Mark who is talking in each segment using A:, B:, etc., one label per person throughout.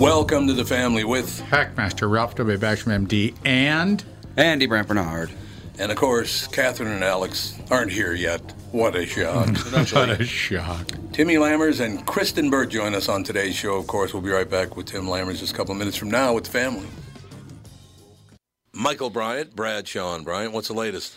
A: Welcome to the family with
B: Hackmaster Ralph W. Basham, MD, and
C: Andy Brant Bernard.
A: And of course, Catherine and Alex aren't here yet. What a shock.
B: what a shock.
A: Timmy Lammers and Kristen Burt join us on today's show. Of course, we'll be right back with Tim Lammers just a couple of minutes from now with the family. Michael Bryant, Brad Sean Bryant, what's the latest?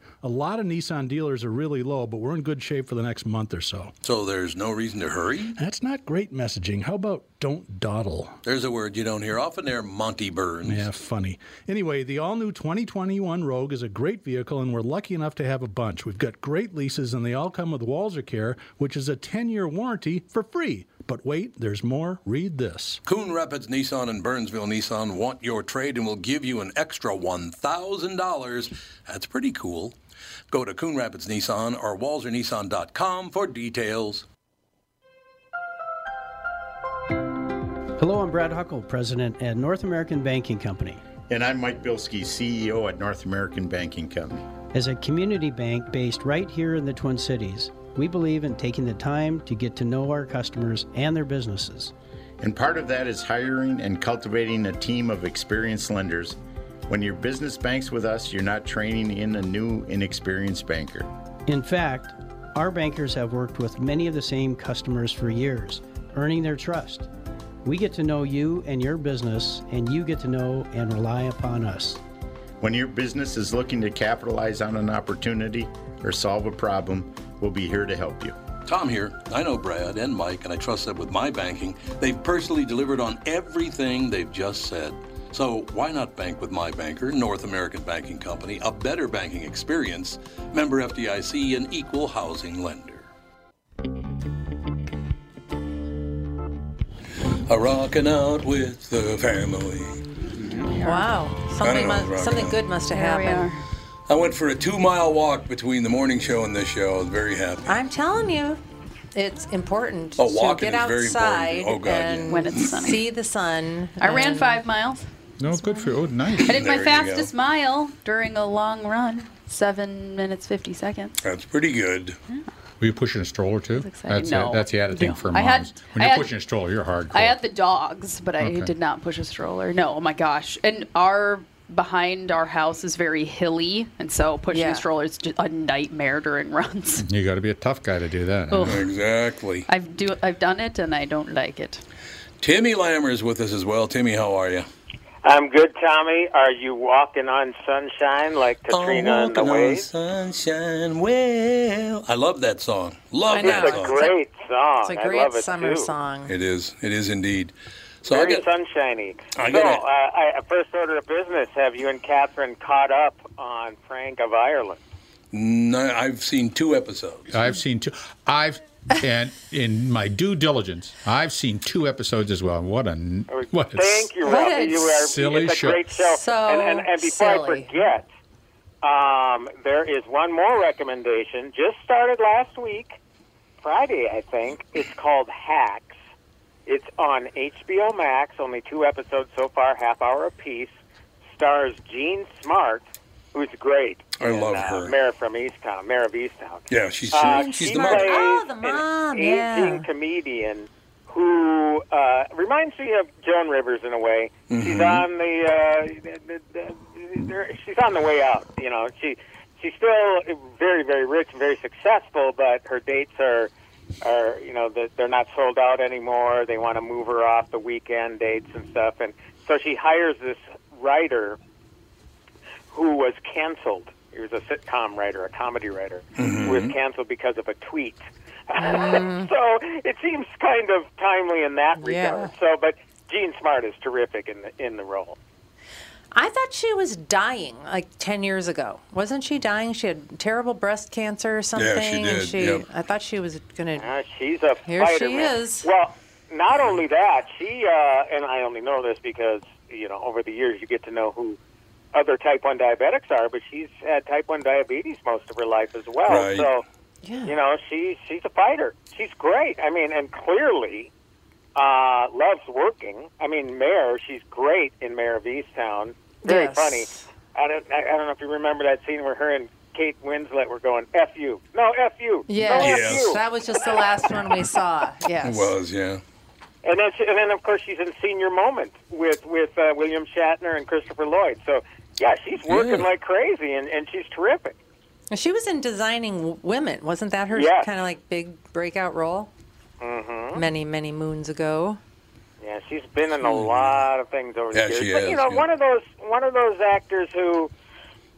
D: A lot of Nissan dealers are really low, but we're in good shape for the next month or so.
A: So there's no reason to hurry.
D: That's not great messaging. How about don't dawdle?
A: There's a word you don't hear often there, Monty Burns.
D: Yeah, funny. Anyway, the all new 2021 Rogue is a great vehicle, and we're lucky enough to have a bunch. We've got great leases, and they all come with Walzer Care, which is a 10 year warranty for free. But wait, there's more. Read this.
A: Coon Rapids Nissan and Burnsville Nissan want your trade and will give you an extra $1,000. That's pretty cool. Go to Coon Rapids Nissan or WalzerNissan.com for details.
E: Hello, I'm Brad Huckle, president at North American Banking Company.
B: And I'm Mike Bilski, CEO at North American Banking Company.
E: As a community bank based right here in the Twin Cities, we believe in taking the time to get to know our customers and their businesses.
B: And part of that is hiring and cultivating a team of experienced lenders. When your business banks with us, you're not training in a new, inexperienced banker.
E: In fact, our bankers have worked with many of the same customers for years, earning their trust. We get to know you and your business, and you get to know and rely upon us.
B: When your business is looking to capitalize on an opportunity or solve a problem, we'll be here to help you.
A: Tom here. I know Brad and Mike, and I trust that with my banking, they've personally delivered on everything they've just said. So why not bank with my banker, North American Banking Company, a better banking experience, member FDIC, an equal housing lender. A rocking out with the family.
F: Wow. Something,
A: know,
F: mu-
A: Rob,
F: something
A: yeah.
F: good must have happened.
A: I went for a two mile walk between the morning show and this show. I was very happy.
F: I'm telling you, it's important
A: Oh, walking
F: to get
A: is very important.
F: outside
A: Oh, God, yeah.
F: and
G: When it's sunny.
F: see the sun.
G: I ran
F: and-
G: five miles.
B: No, good for you. Oh, nice.
G: I did
A: There
G: my
A: you
G: fastest
A: go.
G: mile during a long run, seven minutes fifty seconds.
A: That's pretty good.
D: Were you pushing a stroller too? That's,
C: exciting. No.
D: the, that's the added thing for
C: I
D: moms.
C: had-
D: when
C: I
D: you're
C: had-
D: pushing a stroller, you're hardcore.
C: I had the dogs, but I
D: Okay.
C: did not push a stroller. No, oh my gosh. And our behind our house is very hilly, and so pushing
F: Yeah.
C: a stroller is just a nightmare during runs.
D: you got to be a tough guy to do that.
C: Oh.
A: Exactly.
C: I've do I've done it, and I don't like it.
A: Timmy Lammer is with us as well. Timmy, how are you?
G: I'm good, Tommy. Are you walking on sunshine like
F: Oh,
G: Katrina and the Waves?
A: Oh, sunshine. Well, I love that song. Love
F: I
A: that
F: know.
G: It's a
A: song.
G: great song.
F: It's a
G: Oh, I
F: great
G: love it
F: summer
G: too.
F: song.
A: It is. It is indeed. So
G: Very
A: I got,
G: sunshiny.
A: I
G: so,
A: gotta-
G: uh, I, uh, first order of business: Have you and Catherine caught up on Frank of Ireland?
A: no,
G: uh,
A: I've seen two episodes.
D: I've seen two. I've and in my due diligence, I've seen two episodes as well. What a n- what a s-
G: Thank you,
F: What
G: Ralphie.
F: a
G: You are
D: silly
G: it's a
D: show.
G: great show.
F: So
G: and, and, and before
F: silly.
G: I forget, um, there is one more recommendation. Just started last week, Friday, I think. It's called Hacks. It's on HBO Max. Only two episodes so far, half hour apiece. Stars Jean Smart, who's great.
A: I
G: and,
A: love
G: uh,
A: her.
G: Mayor from Easttown, Mayor of Easttown.
A: Yeah, she's
G: Uh,
A: she's
G: she
A: the mother.
G: plays
F: Oh, the mom,
G: an
F: yeah.
G: aging comedian who uh, reminds me of Joan Rivers in a way. She's
F: Mm-hmm.
G: on the, uh, the, the, the she's on the way out. You know, she she's still very very rich and very successful, but her dates are are you know that they're not sold out anymore. They want to move her off the weekend dates and stuff, and so she hires this writer who was canceled. He was a sitcom writer, a comedy writer, who was canceled because of a tweet. so it seems kind of timely in that
F: Yeah.
G: regard. So, but Gene Smart is terrific in the in the role.
F: I thought she was dying like 10 years ago. Wasn't she dying? She had terrible breast cancer or something.
A: she
F: and
A: did,
F: she-
A: yep.
F: I thought she was going to.
G: Uh, she's a
F: Here she
G: fighter. man.
F: is.
G: Well, not only that, she uh, and I only know this because you know over the years you get to know who other type one diabetics are, but she's had type one diabetes most of her life as well.
A: Right.
G: So
F: Yeah.
G: you know she she's a fighter. She's great. I mean, and clearly uh, loves working. I mean, Mayor, she's great in Mayor of Easttown. Very
F: Yes.
G: funny. I don't I, I don't know if you remember that scene where her and Kate Winslet were going f you no f you no
F: Yes.
G: f
A: Yes.
G: you.
F: That was just the last one we saw. Yes.
A: was yeah.
G: And then, she, and then of course she's in Senior Moment with with uh, William Shatner and Christopher Lloyd. So yeah, she's working
A: Yeah.
G: like crazy, and, and she's terrific.
F: And She was in Designing W- Women. Wasn't that her
G: Yes.
F: kind of like big breakout role? Mm-hmm. Many, many moons ago.
G: Yeah, she's been in a lot of things over
A: Hmm. Yeah,
G: the years.
A: she
G: but
A: has,
G: you know,
A: yeah.
G: one of those one of those actors who,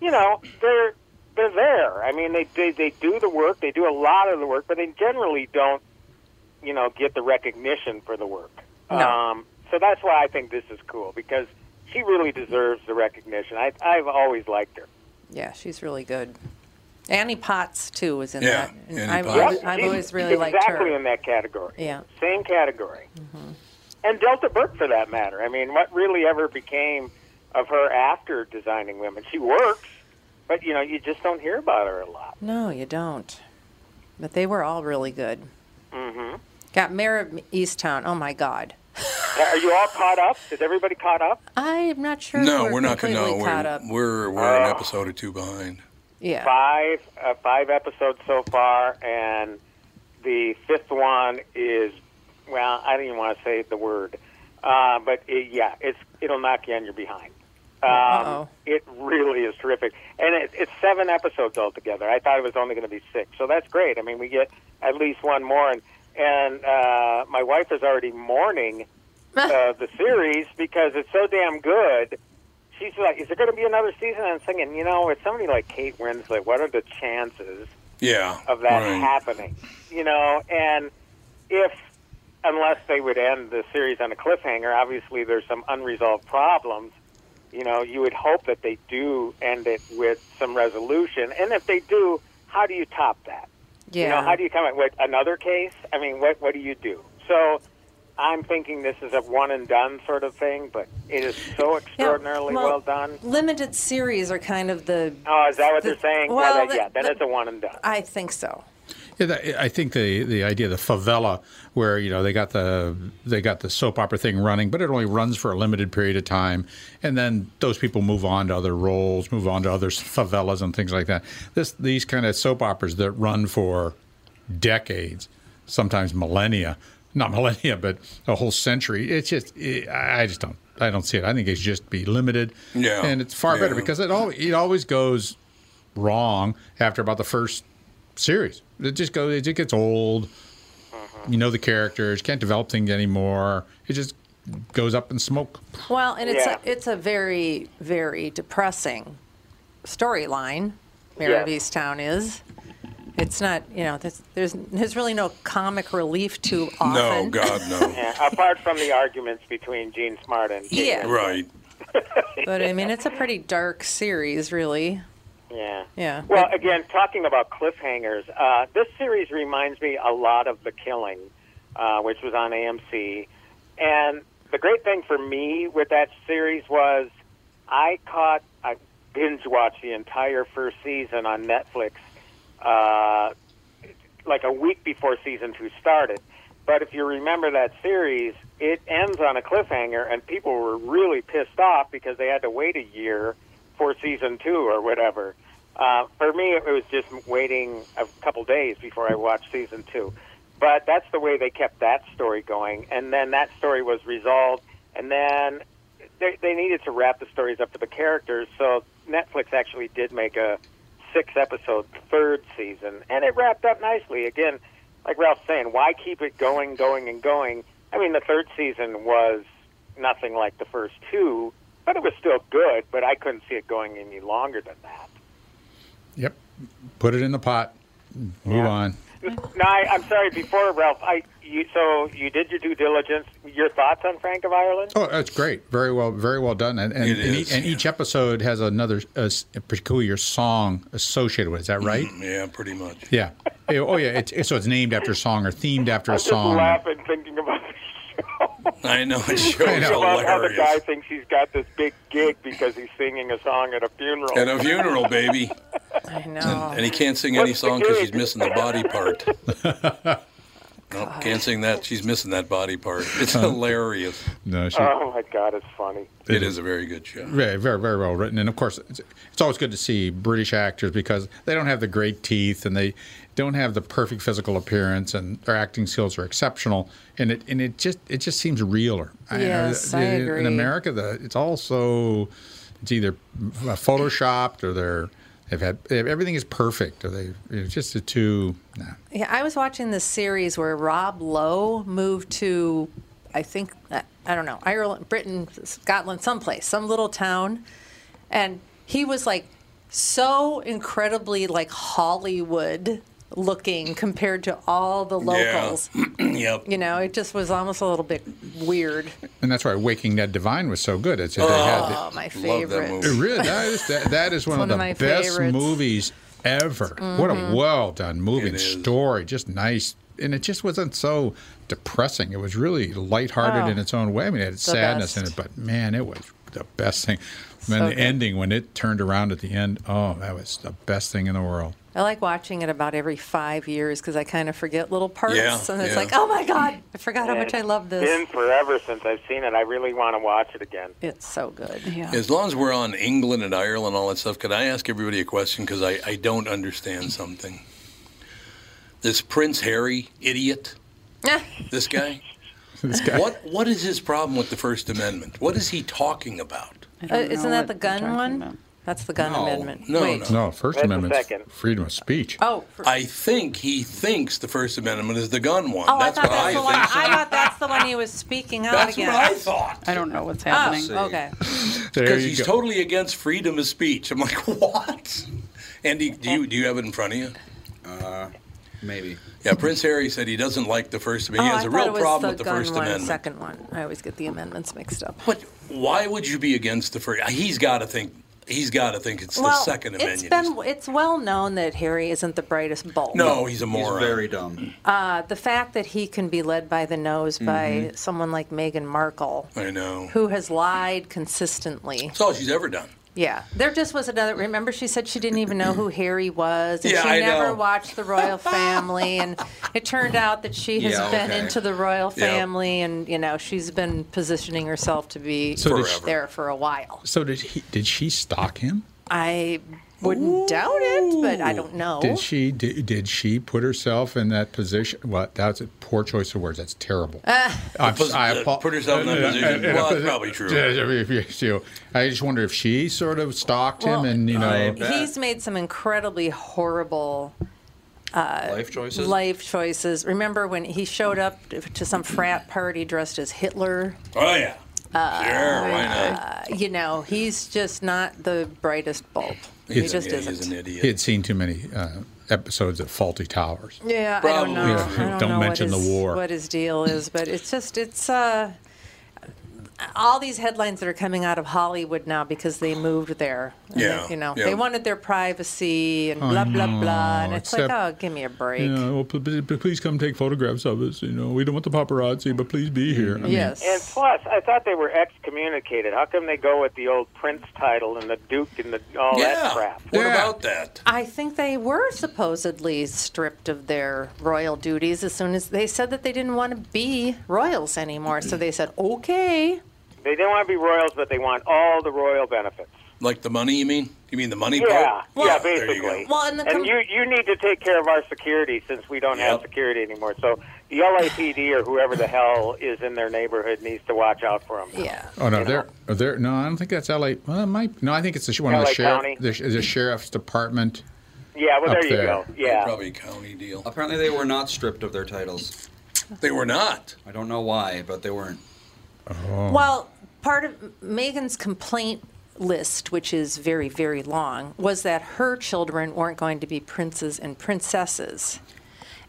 G: you know, they're they're there. I mean, they, they they do the work, they do a lot of the work, but they generally don't, you know, get the recognition for the work.
F: No.
G: Um, so that's why I think this is cool because she really deserves the recognition. I I've always liked her.
F: Yeah, she's really good. Annie Potts, too, was in
A: Yeah,
F: that. And
A: Annie
F: I've,
A: Potts.
F: always,
G: Yep,
F: I've
G: she's-
F: always really
G: she's
F: liked
G: exactly
F: her.
G: in that category.
F: Yeah. Mm-hmm.
G: Same category. And Delta Burke, for that matter. I mean, what really ever became of her after designing women? She works, but you know, you just don't hear about her a lot.
F: No, you don't. But they were all really good. Mm-hmm. Got Mayor of Easttown. Oh, my God.
G: Are you all caught up? Is everybody caught up?
F: I'm not sure. if
A: No,
F: we're,
A: we're not gonna.
F: completely
A: No,
F: caught up.
A: we're we're, we're
G: Uh,
A: an episode or two behind.
F: yeah.
G: Five, uh, five episodes so far, and the fifth one is well, I don't even want to say the word, uh, but it, yeah, it's it'll knock you on your behind. Um,
F: Uh, Uh-oh.
G: it really is terrific, and it, it's seven episodes altogether. I thought it was only going to be six, so that's great. I mean, we get at least one more, and and uh, my wife is already mourning uh, the series because it's so damn good. She's like, "Is there going to be another season?" And I'm thinking, you know, with somebody like Kate Winslet, what are the chances?
A: Yeah.
G: of that
A: right.
G: happening. You know, and if unless they would end the series on a cliffhanger, obviously there's some unresolved problems. You know, you would hope that they do end it with some resolution. And if they do, how do you top that?
F: yeah.
G: You know, how do you come up with another case? I mean, what what do you do? So I'm thinking this is a one and done sort of thing, but it is so
F: Yeah,
G: extraordinarily well, done.
F: Limited series are kind of the.
G: Oh, is that what
F: the-
G: they're saying?
F: well,
G: then,
F: the-
G: yeah, then
F: the-
G: it's a one and done.
F: I think so.
D: Yeah, that, I think the the idea of the favela, where you know they got the they got the soap opera thing running, but it only runs for a limited period of time, and then those people move on to other roles, move on to other favelas and things like that. This these kind of soap operas that run for
H: decades, sometimes millennia, not millennia, but a whole century. It's just it, I I just don't I don't see it. I think it should just be limited.
I: Yeah.
H: and it's far better
I: Yeah.
H: because it all it always goes wrong after about the first series. It just goes it just gets old.
G: Mm-hmm.
H: You know the characters can't develop things anymore. It just goes up in smoke.
F: Well, and it's
H: Yeah.
F: a, it's a very very depressing storyline. Mayor of
J: Yeah.
F: Easttown is. It's not you know there's there's, there's really no comic relief to
G: No,
F: often.
G: God,
A: no.
G: yeah, apart from the arguments between Gene Smart and Jay
F: Yeah.
G: Leno.
A: Right.
F: But I mean, it's a pretty dark series, really.
G: Yeah.
F: Yeah.
G: Well, again, talking about cliffhangers, uh, this series reminds me a lot of The Killing, uh, which was on AMC. And the great thing for me with that series was I caught, I binge watched the entire first season on Netflix, uh, like a week before season two started. But if you remember that series, it ends on a cliffhanger, and people were really pissed off because they had to wait a year for season two or whatever. Uh, for me, it was just waiting a couple days before I watched season two. But that's the way they kept that story going. And then that story was resolved. And then they, they needed to wrap the stories up to the characters. So Netflix actually did make a six episode third season. And it wrapped up nicely. Again, like Ralph's saying, why keep it going, going, and going? I mean, the third season was nothing like the first two, but it was still good. But I couldn't see it going any longer than that.
H: Yep, put it in the pot. Move on.
G: No, I, I'm sorry. Before Ralph, I you, so you did your due diligence. Your thoughts on Frank of Ireland?
H: Oh, that's great. Very well, very well done. And and,
G: It
H: and,
G: is.
H: e- and each episode has another uh, peculiar song associated with. it. Is that right?
G: Mm-hmm.
A: Yeah, pretty much.
H: yeah. Eh, Oh, yeah. It's, it's- so it's named after a song or themed after a
G: I'm
H: song.
G: just laughing thinking about
A: I know it shows
H: I know.
G: about how the
A: hilarious.
G: guy thinks he's got this big gig because he's singing a song at a funeral.
A: At a funeral, baby.
F: I know.
A: And, and he can't sing any song because she's missing the body part. No, can't sing that. She's missing that body part. It's hilarious.
H: No, she-
G: oh my God, it's funny.
A: It is a very good show.
H: Very, very, very well written. And of course, it's, it's always good to see British actors because they don't have the great teeth and they don't have the perfect physical appearance, and their acting skills are exceptional. And it and it just it just seems realer.
F: Yes, I
H: in-
F: agree.
H: In America, the it's also it's either photoshopped or they're they've had everything is perfect or they it's just the two. Nah.
F: Yeah, I was watching this series where Rob Lowe moved to, I think, I I don't know, Ireland, Britain, Scotland, someplace, some little town, and he was like so incredibly like Hollywood looking compared to all the locals.
A: yep.
F: You know, it just was almost a little bit weird.
H: And that's why Waking Dead Divine was so good. It's that they had the-
F: Oh, my favorite.
H: It really, that is that, that is
F: It's
H: one,
F: one
H: of
F: of
H: the
F: my
H: best
F: favorites.
H: movies ever. What
F: Mhm.
H: a well done movie and story, just nice, and it just wasn't so depressing. It was really lighthearted
I: Oh.
H: in its own way. I mean, it had
I: The
H: sadness in
I: best.
H: it, but man, it was the best thing. And
F: So
H: then the
F: good.
H: ending when it turned around at the end, oh, that was the best thing in the world.
F: I like watching it about every five years because I kind of forget little parts,
H: Yeah,
F: and it's
H: yeah.
F: like, oh my god, I forgot how much I love this.
G: It's been forever since I've seen it. I really want to watch it again.
F: It's so good. Yeah.
A: As long as we're on England and Ireland, all that stuff, could I ask everybody a question? Because I, I don't understand something. This Prince Harry idiot, this guy,
H: this
A: guy. What what is his problem with the First Amendment? What is he talking about?
F: Uh, isn't that the gun one? That's the gun amendment.
A: No,
F: Wait.
A: no,
H: First
A: That's the
H: Amendment,
A: second.
H: freedom of speech.
F: Oh,
A: I think he thinks the First Amendment is the gun one.
F: Oh, I
A: that's
F: thought
A: what
F: that's
A: I
F: the one. I
A: think.
F: thought that's the one he was speaking out
A: That's what
F: against.
A: I thought.
C: I don't know what's
A: See.
F: Oh, okay.
H: There
A: Because
H: you
A: he's
H: go.
A: totally against freedom of speech. I'm like, what? Andy, do you do you have it in front of you? Uh,
K: maybe.
A: Yeah, Prince Harry said he doesn't like the First
F: oh,
A: Amendment. he
F: I
A: has a
F: thought
A: real
F: it was
A: problem
F: the
A: with the
F: gun
A: First
F: one,
A: Amendment.
F: second one. I always get the amendments mixed up.
A: What? Why would you be against the first? He's got to think. He's got to think it's the
F: well,
A: Second
F: it's
A: Amendment.
F: been it's well known that Harry isn't the brightest bulb.
A: no, he's a moron.
K: very dumb.
F: Uh, the fact that he can be led by the nose by
H: Mm-hmm.
A: Mhm.
F: someone like Meghan Markle,
A: I
H: Oh.
A: know.
F: who has lied consistently.
A: That's all she's ever done.
F: Yeah, there just was another. Remember, she said she didn't even know who Harry was, and
A: Yeah,
F: she
A: I
F: never
A: know.
F: watched the royal family. And it turned out that she has
H: Yeah,
F: been
H: okay.
F: into the royal
H: Yep.
F: family, and you know she's been positioning herself to be
H: So did she-
F: there for a while.
H: So did he? Did she stalk him?
F: I wouldn't doubt it, but I don't know.
H: Did she did, did she put herself in that position? Well, that's a poor choice of words. That's terrible.
F: Ah.
H: I'm
A: Put-
H: s- I
A: uh,
H: apo-
A: put herself in that
H: uh,
A: position.
H: uh,
A: Well,
H: uh,
A: that's probably true.
H: uh, if you- if you- I just wonder if she sort of stalked him and you know.
F: he's made some incredibly horrible uh,
H: Life choices?
F: Life choices. Remember when he showed up to some frat party dressed as Hitler?
A: Oh yeah.
F: Uh,
A: Sure, why not?
F: uh, you know, he's just not the brightest bulb. He
H: He's-
F: just
H: yeah,
F: isn't.
A: He's an idiot.
H: He had seen too many uh, episodes of Faulty Towers.
F: Yeah, I don't know.
H: Yeah,
F: I don't,
H: don't
F: know
H: mention
F: what
H: the
F: his,
H: war.
F: What his deal is, but it's just it's uh, all these headlines that are coming out of Hollywood now because they moved there. And they-
H: Yeah,
F: you know
H: yeah.
F: they wanted their privacy and
H: I
F: blah blah blah, and
H: know,
F: it's like
H: except-
F: oh, give me a break.
H: Yeah, well, p- p- p- please come take photographs of us. You know, we don't want the paparazzi, but please be here. I mean,
F: And
G: plus, I thought they were excommunicated. How come they go with the old prince title and the duke and the all that Oh, crap?
A: What about that?
F: I think they were supposedly stripped of their royal duties as soon as they said that they didn't want to be royals anymore. So they said, okay,
G: They didn't want to be royals, but they want all the royal benefits.
A: Like the money, you mean? You mean the money
G: yeah,
A: part?
G: yeah,
A: there you go.
G: basically.
F: Well, and the com-
G: you you need to take care of our security since we don't have security anymore. So the LAPD or whoever the hell is in their neighborhood needs to watch out for them.
F: Yeah.
H: Oh no, they're they're no. I don't think that's L.A. Well, it might. No, I think it's the, sh- one of
G: LA
H: the
G: County.
H: sheriff, the, sh- the sheriff's department.
G: Yeah, well,
H: up
G: there you go. Yeah.
A: Probably a county deal.
I: Apparently, they were not stripped of their titles.
A: They were not.
I: I don't know why, but they weren't.
F: Well, part of Megan's complaint list, which is very, very long, was that her children weren't going to be princes and princesses.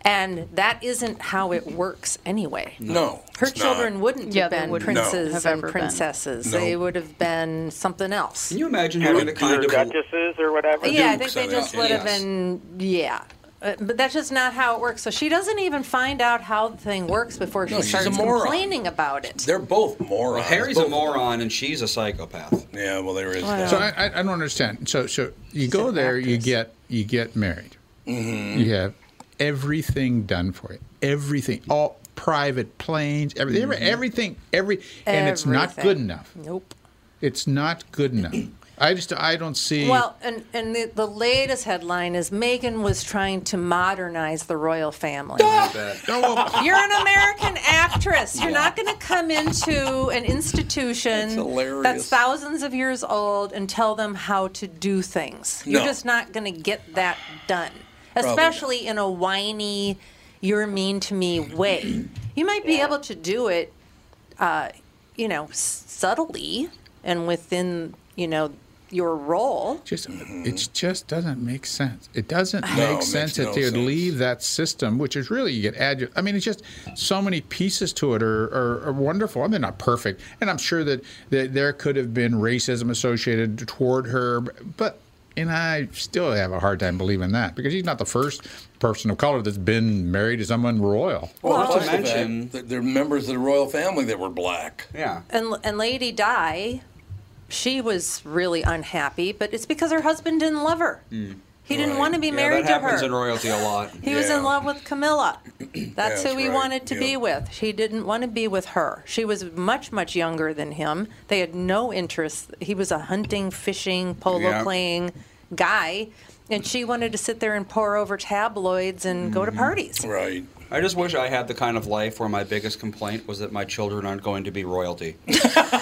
F: And that isn't how it works anyway.
A: No,
F: Her
A: it's
F: children
A: not.
F: wouldn't
C: Yeah,
F: have
C: they
F: been
C: wouldn't
F: princes
C: have
F: and
C: ever been.
F: princesses.
I: No.
F: They would have been something else.
I: Can you imagine having a kind of
G: duchesses or whatever?
F: yeah, I think they just would have been, yeah. Uh, but that's just not how it works. So she doesn't even find out how the thing works before she
I: No, she's a
F: starts
I: moron.
F: complaining about it.
A: They're both morons.
I: Well, Harry's
A: Both
I: a moron and she's a psychopath.
A: Yeah, well, there is
F: Oh.
H: So I, I, I don't understand. So so you go there, you get you get married.
F: Mm-hmm.
H: You have everything done for you. Everything, all private planes, everything, every-
A: Mhm.
H: everything, every, and it's not
F: Mm-hmm. Everything.
H: good enough.
F: Nope.
H: It's not good enough. I just I don't see.
F: Well, and, and the, the latest headline is Megan was trying to modernize the royal family. You're an American actress. You're not going to come into an institution
A: hilarious.
F: that's thousands of years old and tell them how to do things. You're
A: No.
F: just not going to get that done,
A: Probably not.
F: especially in a whiny, you're mean to me way. You might be able to do it, uh, you know, subtly and within, you know, your role.
H: just it just doesn't make sense. It doesn't
F: Mm-hmm. No, it
H: make
F: makes
H: sense
F: no
H: that they would
F: sense.
H: leave that system, which is really you get adju- I mean, it's just so many pieces to it are, are, are wonderful. I mean, they're not perfect, and I'm sure that, that there could have been racism associated toward her, but. And I still have a hard time believing that because he's not the first person of color that's been married to someone royal.
A: Well,
F: Well,
A: not
F: to
A: to mention,
F: mention-
A: that they're members of the royal family that were black.
I: Yeah.
F: And, and Lady Di, she was really unhappy, but it's because her husband didn't love her. He didn't want to be
I: Hmm. yeah,
F: married
I: that
F: to
I: happens
F: her.
I: in royalty a lot.
F: he was in love with Camilla. That's
I: That's
F: who he
I: right,
F: wanted to be
I: yep.
F: with. He didn't want to be with her. She was much, much younger than him. They had no interest. He was a hunting, fishing, polo
I: Yeah.
F: playing guy, and she wanted to sit there and pore over tabloids and go to
I: Mm-hmm.
F: parties.
A: Right.
I: I just wish I had the kind of life where my biggest complaint was that my children aren't going to be royalty.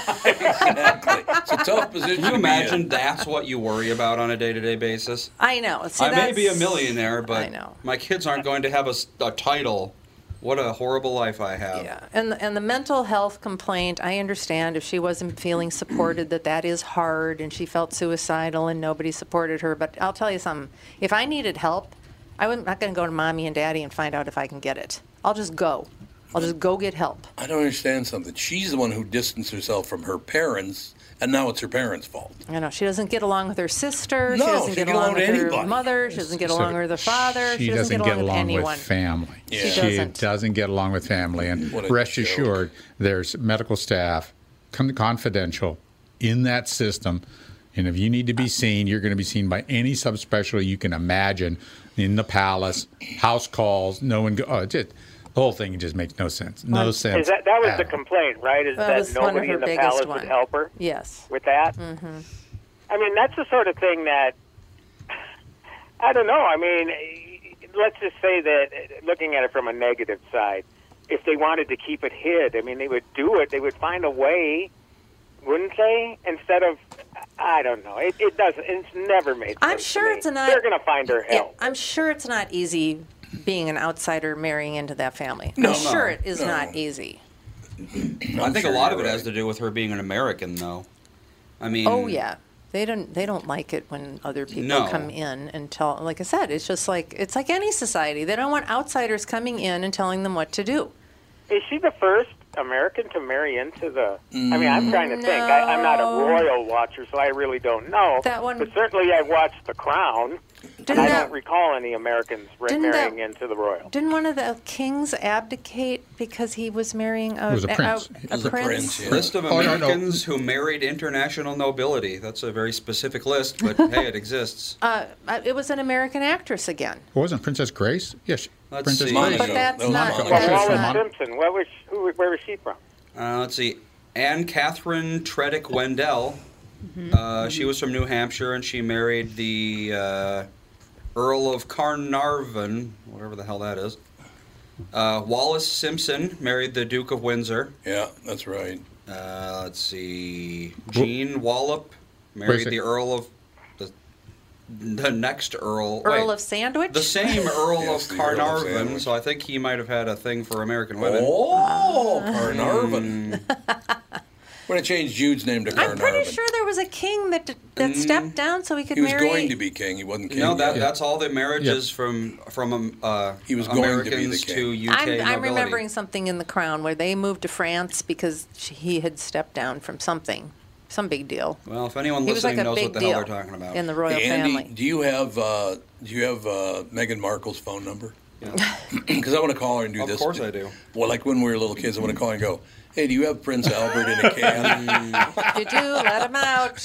A: It's a tough position.
I: Can you
A: to be
I: imagine
A: in.
I: that's what you worry about on a day to day basis?
F: I know. See,
I: I may
F: that's-
I: be a millionaire, but my kids aren't going to have a, s- a title. What a horrible life I have. Yeah.
F: And and the mental health complaint, I understand if she wasn't feeling supported that that is hard and she felt suicidal and nobody supported her, but I'll tell you something. If I needed help, I wouldn't- I'm not going to go to mommy and daddy and find out if I can get it. I'll just go. I'll just go get help.
A: I don't understand something. She's the one who distanced herself from her parents, and now it's her parents' fault.
F: You know, she doesn't get along with her sister.
A: No,
F: she doesn't
A: she
F: get
A: can
F: along
A: go
F: with
A: to
F: her
A: anybody.
F: mother. She doesn't get
H: So
F: along with her father.
H: she, doesn't, get along,
F: with anyone.
H: with family.
F: Yeah. She doesn't.
H: doesn't get along with family. And
A: What a
H: rest
A: joke.
H: assured, there's medical staff, con- confidential, in that system. And if you need to be seen, you're going to be seen by any subspecialty you can imagine in the palace, house calls, no one. Go- oh, it just, the whole thing just makes no sense. No sense.
G: Is that that was
H: at
G: the complaint, right? Is
F: That
G: that,
F: was one of
G: nobody
F: her
G: in the
F: biggest
G: palace
F: one.
G: would help her?
F: Yes.
G: With that? Mm-hmm. I mean, that's the sort of thing that I don't know. I mean, let's just say that uh, looking at it from a negative side, if they wanted to keep it hid, I mean, they would do it. They would find a way, wouldn't they? Instead of, I don't know. It, it doesn't. It's never made. Sense
F: I'm sure it's an.
G: They're going to find her
F: Yeah,
G: help.
F: I'm sure it's not easy being an outsider marrying into that family.
G: No,
F: I'm
G: no,
F: sure it is
G: no.
F: not easy.
I: I think
F: sure
I: a lot of
F: you're
I: it has to do with her being an American, though. I
G: Mm.
I: mean,
F: oh yeah. They don't. They don't like it when other people
I: No.
F: come in and tell. Like I said, it's just like it's like any society. They don't want outsiders coming in and telling them what to do.
G: Is she the first American to marry into the? I mean, I'm trying to think. I, I'm not a
F: Mm. No.
G: royal watcher, so I really don't know.
F: That one-
G: But certainly, I watched The Crown. and I don't recall any Americans ra-
F: didn't that-
G: marrying into the royal.
F: Didn't one of the kings abdicate because he was marrying a,
G: He was a prince.
F: a- a prince?
I: List of
G: Oh, no, no.
I: Americans who married international nobility. That's a very specific list, but hey, it exists.
F: Uh, uh, it was an American actress again.
H: wasn't Princess Grace? Yes.
I: Let's
H: Princess
I: see.
H: Monaco.
I: But that's
H: That was
I: not-
H: Monaco.
I: that's
H: She was
I: not-
H: from Monaco.
G: Simpson. Where was who, where was she from?
I: Uh, let's see. Anne Catherine Tredick Wendell.
F: Mm-hmm.
I: Uh, she was from New Hampshire, and she married the uh, Earl of Carnarvon, whatever the hell that is. Uh, Wallace Simpson married the Duke of Windsor.
A: Yeah, that's right.
I: Uh, let's see. Jean Wallop married
H: Basic.
I: the Earl of the, the next Earl.
F: Earl
I: wait,
F: of Sandwich.
I: the same Earl
F: Yes,
I: of
F: the Earl of
I: Carnarvon,
F: Sandwich.
I: so I think he might have had a thing for American women.
A: Oh, Carnarvon. We're going to change Jude's name to Carnarvon.
F: I'm pretty sure there was a king that d-
I: Mm-hmm.
F: that stepped down so he could
A: he was
F: marry.
A: going to be king. He wasn't king.
I: No, that,
A: yet.
I: that's all the marriages from from um, uh, he was
A: going to be the
I: Americans
A: king.
I: to, UK
F: I'm, I'm
I: nobility.
F: remembering something in The Crown where they moved to France because she, he had stepped down from something, some big deal.
I: Well, if anyone
F: He was
I: listening
F: like a
I: knows
F: big
I: what the hell they're
F: deal
I: talking about,
F: in the royal
A: Hey, Andy,
F: family.
A: do you have uh, do you have uh, Meghan Markle's phone number? Because I want to call her and do
I: Of
A: this.
I: course I do.
A: Well, like when we were little kids, I want to call her and go, "Hey, do you have Prince Albert in a can?
F: If you do, let him out.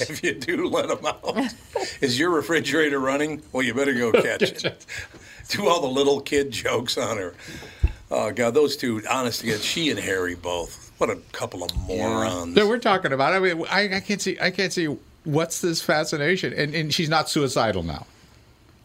A: if you do, let him out. Is your refrigerator running? Well, you better go catch it. do all the little kid jokes on her. Oh God, those two, honest to God, she and Harry both. What a couple of morons.
H: that we're talking about. I mean, I, I can't see. I can't see what's this fascination. And and she's not suicidal now.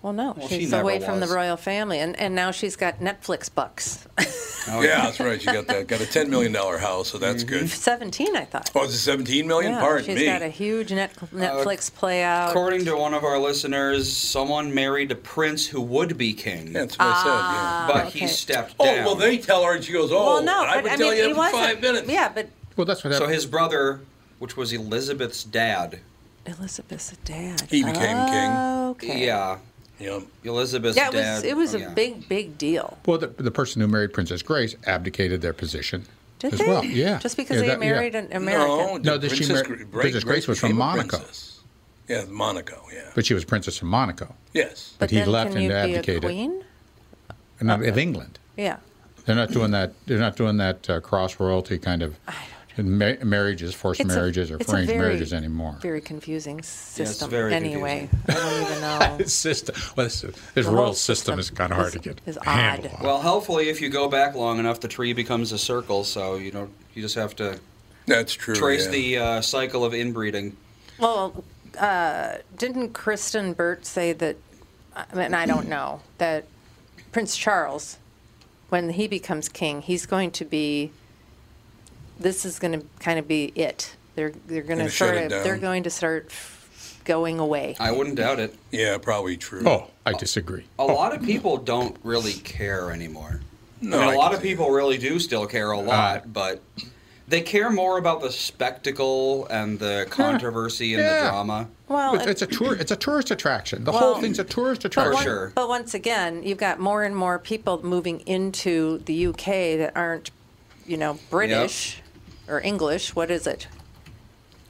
F: Well, no,
H: Well, she
F: she's
H: never
F: away from the
H: was.
F: royal family, and, and now she's got Netflix bucks.
A: yeah, that's right. You got that. Got a ten million dollar house, so that's good.
F: 17, I thought.
A: Oh, it's a seventeen million.
F: Mm-hmm. Yeah,
A: Pardon
F: she's
A: me.
F: got a huge net,
I: Uh,
F: Netflix play out.
I: according to one of our listeners, someone married a prince who would be king.
A: That's
F: what I said, yeah. Ah,
I: But he
F: okay.
I: stepped
A: Oh,
I: down.
A: well, they tell her, and she goes, "Oh,
F: well, no, but, I mean, he wasn't. Yeah, but
H: Well, that's
I: So his brother, which was Elizabeth's dad,
F: Elizabeth's a dad.
I: He became king.
F: Okay.
I: yeah, Elizabeth's
F: Yeah, it
I: dad.
F: was, it was
I: oh,
F: a
I: yeah.
F: big, big deal.
H: Well, the, the person who married Princess Grace abdicated their position
F: Did
H: as
F: they?
H: well. Yeah,
F: Just because
H: Yeah,
F: they
H: that- yeah.
F: married an American.
H: No, that she
A: Princess
H: mar-
A: Gra- Gra-
H: Princess Grace
A: Grace
H: was from
A: became a
H: Monaco,
A: Yeah, Monaco. Yeah.
H: but she was princess of Monaco.
A: Yes.
H: But, he
F: then
H: left
F: can
H: and
F: you
H: abdicated.
F: be a queen?
H: Not of England.
F: Yeah.
H: They're not doing that. They're not doing that uh, cross royalty kind of ma- marriages, forced
F: It's a-
H: marriages, or
F: it's a
H: arranged
F: very-
H: marriages anymore.
F: Very confusing system.
H: very
F: anyway, I don't even know.
H: system. Well, this, this
F: The whole
H: royal system, is kind of hard to get.
F: It's
H: handle
F: odd.
I: Well, hopefully, if you go back long enough, the tree becomes a circle. So you don't. You just have to.
A: That's true.
I: Trace
A: yeah.
I: the uh, cycle of inbreeding.
F: Well, uh, didn't Kristen Burt say that? I mean, I don't know that Prince Charles, when he becomes king, he's going to be. This is going to kind of be it. They're they're going
A: Gonna
F: to
A: shut
F: sort
A: it
F: of they're
A: down.
F: going to start f- going away.
I: I wouldn't doubt it.
A: Yeah, probably true.
H: Oh, I disagree.
I: A lot of people don't really care anymore.
A: No,
I: I mean,
A: I
I: a lot of people really do still care a lot, but they care more about the spectacle and the controversy and
H: Yeah.
I: the drama.
F: Well,
H: it's, it's a tour. It's a tourist attraction. The
F: Well,
H: whole thing's a tourist
F: But
H: attraction.
F: one- But once again, you've got more and more people moving into the UK that aren't, you know, British or English. What is it?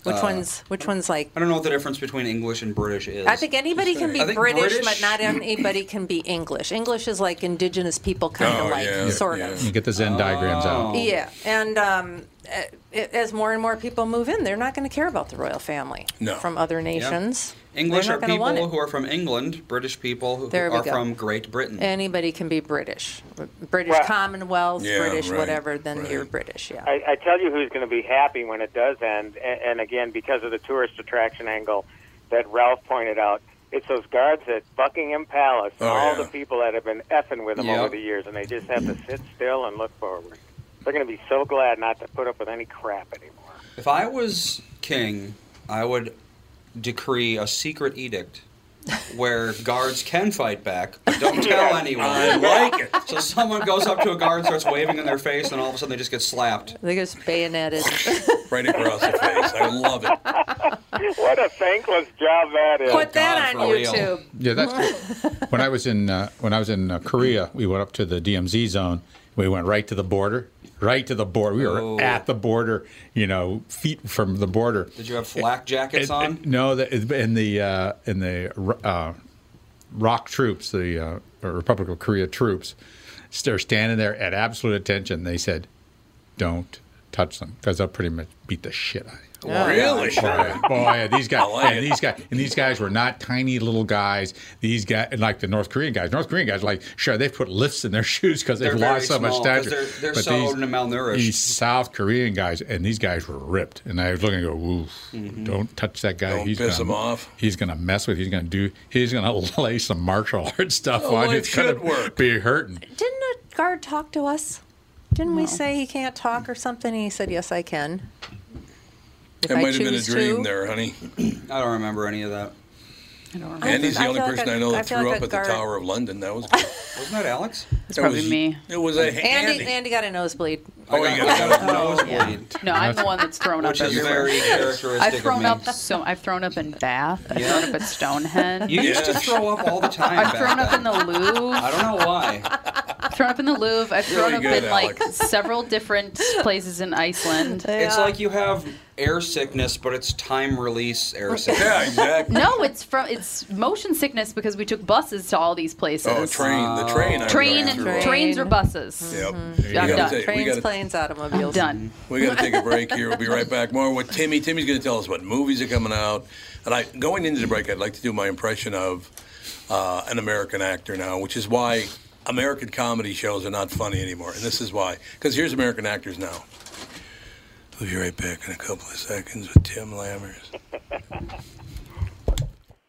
F: Which
I: Uh,
F: one's which one's like?
I: I don't know what the difference between English and British is.
F: I think anybody can be
I: I think
F: British, but not anybody can be English. English is like indigenous people, kind
I: Oh,
F: of like sort of.
H: You get the Zen diagrams out.
F: Yeah, and um, a- a- as more and more people move in, they're not going to care about the royal family
I: No.
F: from other
I: Yeah.
F: nations.
I: English
F: They're
I: are
F: not gonna want
I: people
F: it.
I: who are from England. British people who
F: There we
I: are
F: go.
I: from Great Britain.
F: Anybody can be British, British Commonwealth,
I: Yeah,
F: British
I: right,
F: whatever. Then you're British. Yeah.
G: I, I tell you who's going to be happy when it does end, and, and again because of the tourist attraction angle that Ralph pointed out, It's those guards at Buckingham Palace,
J: Oh,
G: all
J: yeah.
G: the people that have been effing with them
J: Yep.
G: over the years, and they just have to sit still and look forward. They're going to be so glad not to put up with any crap anymore.
I: If I was king, I would decree a secret edict where guards can fight back, but don't tell anyone.
J: I like
I: it. So someone goes up to a guard, starts waving in their face, and all of a sudden they just get slapped.
F: They just bayoneted.
I: Right across the face. I love it.
G: What a thankless job that is.
F: Put that on YouTube.
H: Yeah, that's when I was in uh, when I was in uh, Korea. We went up to the DMZ zone. We went right to the border, right to the border. We were
I: Oh.
H: at the border, you know, feet from the border.
I: Did you have flak jackets
H: And-
I: on?
H: and- no, the, in the uh, in the uh, rock troops, the uh, Republic of Korea troops, they're standing there at absolute attention. They said, "Don't touch them," because they'll pretty much beat the shit out of you.
J: Oh, Really?
H: Boy, boy, yeah, these
J: I
H: guys,
J: like
H: and
J: it.
H: these guys, and these guys were not tiny little guys. These guys, and like the North Korean guys, North Korean guys, like sure they've put lifts in their shoes because they've
I: They're very
H: lost so much
I: small, 'cause
H: stature.
I: they're- they're so malnourished.
H: These South Korean guys, and these guys were ripped. And I was looking, and go, oof, don't touch that guy.
A: Don't
H: he's
A: piss
H: gonna,
A: him off."
H: He's gonna mess with. you. He's gonna do. He's gonna lay some martial arts stuff
F: Well,
H: on.
F: it
H: you. it's gonna
F: should work.
H: be hurting.
F: Didn't a guard talk to us? Didn't we say he can't talk or something? And he said, yes, I can. If
A: That
F: I
A: might have been a
F: choose
A: dream
F: to-
A: there, honey.
I: I don't remember any of that.
C: I don't remember.
A: Andy's the
F: I
A: only
F: feel like
A: person
F: a-
A: I know
F: I
A: that
F: feel
A: threw
F: like
A: up
F: a
A: at the
F: guard-
A: Tower of London. That was good.
I: Wasn't that Alex?
A: That's
I: probably
C: me.
A: It was a
F: Andy,
A: Andy.
F: Andy got a nosebleed.
A: Oh, you got
G: Uh,
A: a
I: nosebleed.
C: No, I'm the one that's thrown
I: Which
C: up
I: is
C: everywhere.
I: very characteristic
C: I've
I: of
C: thrown
I: me.
C: up so I've thrown up in Bath. I've
I: Yeah.
C: thrown up at Stonehenge.
I: You used to throw up all the time.
C: I've
I: back
C: thrown up
I: then.
C: in the Louvre.
I: I don't know why.
C: I've thrown up in the Louvre. I've thrown
I: Really
C: up
I: good,
C: in like several different places in Iceland.
I: It's like you have air sickness, but it's time release air sickness.
A: Yeah, exactly.
C: No, it's from it's motion sickness because we took buses to all these places.
A: Oh, train. The train. I
C: Train and
A: remember through.
C: trains or buses.
A: Yep. We
C: I'm
A: gotta
C: done.
A: take- we gotta-
F: automobiles.
C: done.
A: We got to take a break here. We'll be right back. More with Timmy. Timmy's going to tell us what movies are coming out. And I, going into the break, I'd like to do my impression of uh, an American actor now, which is why American comedy shows are not funny anymore. And this is why. Because here's American actors now. We'll be right back in a couple of seconds with Tim Lammers.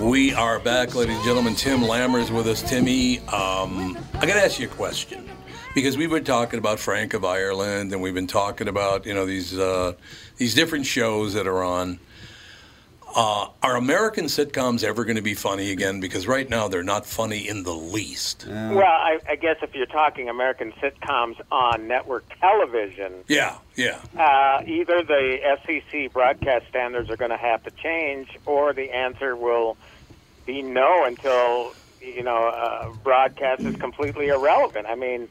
A: We are back, ladies and gentlemen. Tim Lammers with us. Timmy, um, I got to ask you a question because we've been talking about Frank of Ireland, and we've been talking about you know these uh, these different shows that are on. Uh, are American sitcoms ever going to be funny again? Because right now they're not funny in the least.
G: Well, I, I guess if you're talking American sitcoms on network television,
A: yeah, yeah.
G: uh, either the FCC broadcast standards are going to have to change, or the answer will be no until you know uh, broadcast is completely irrelevant. I mean,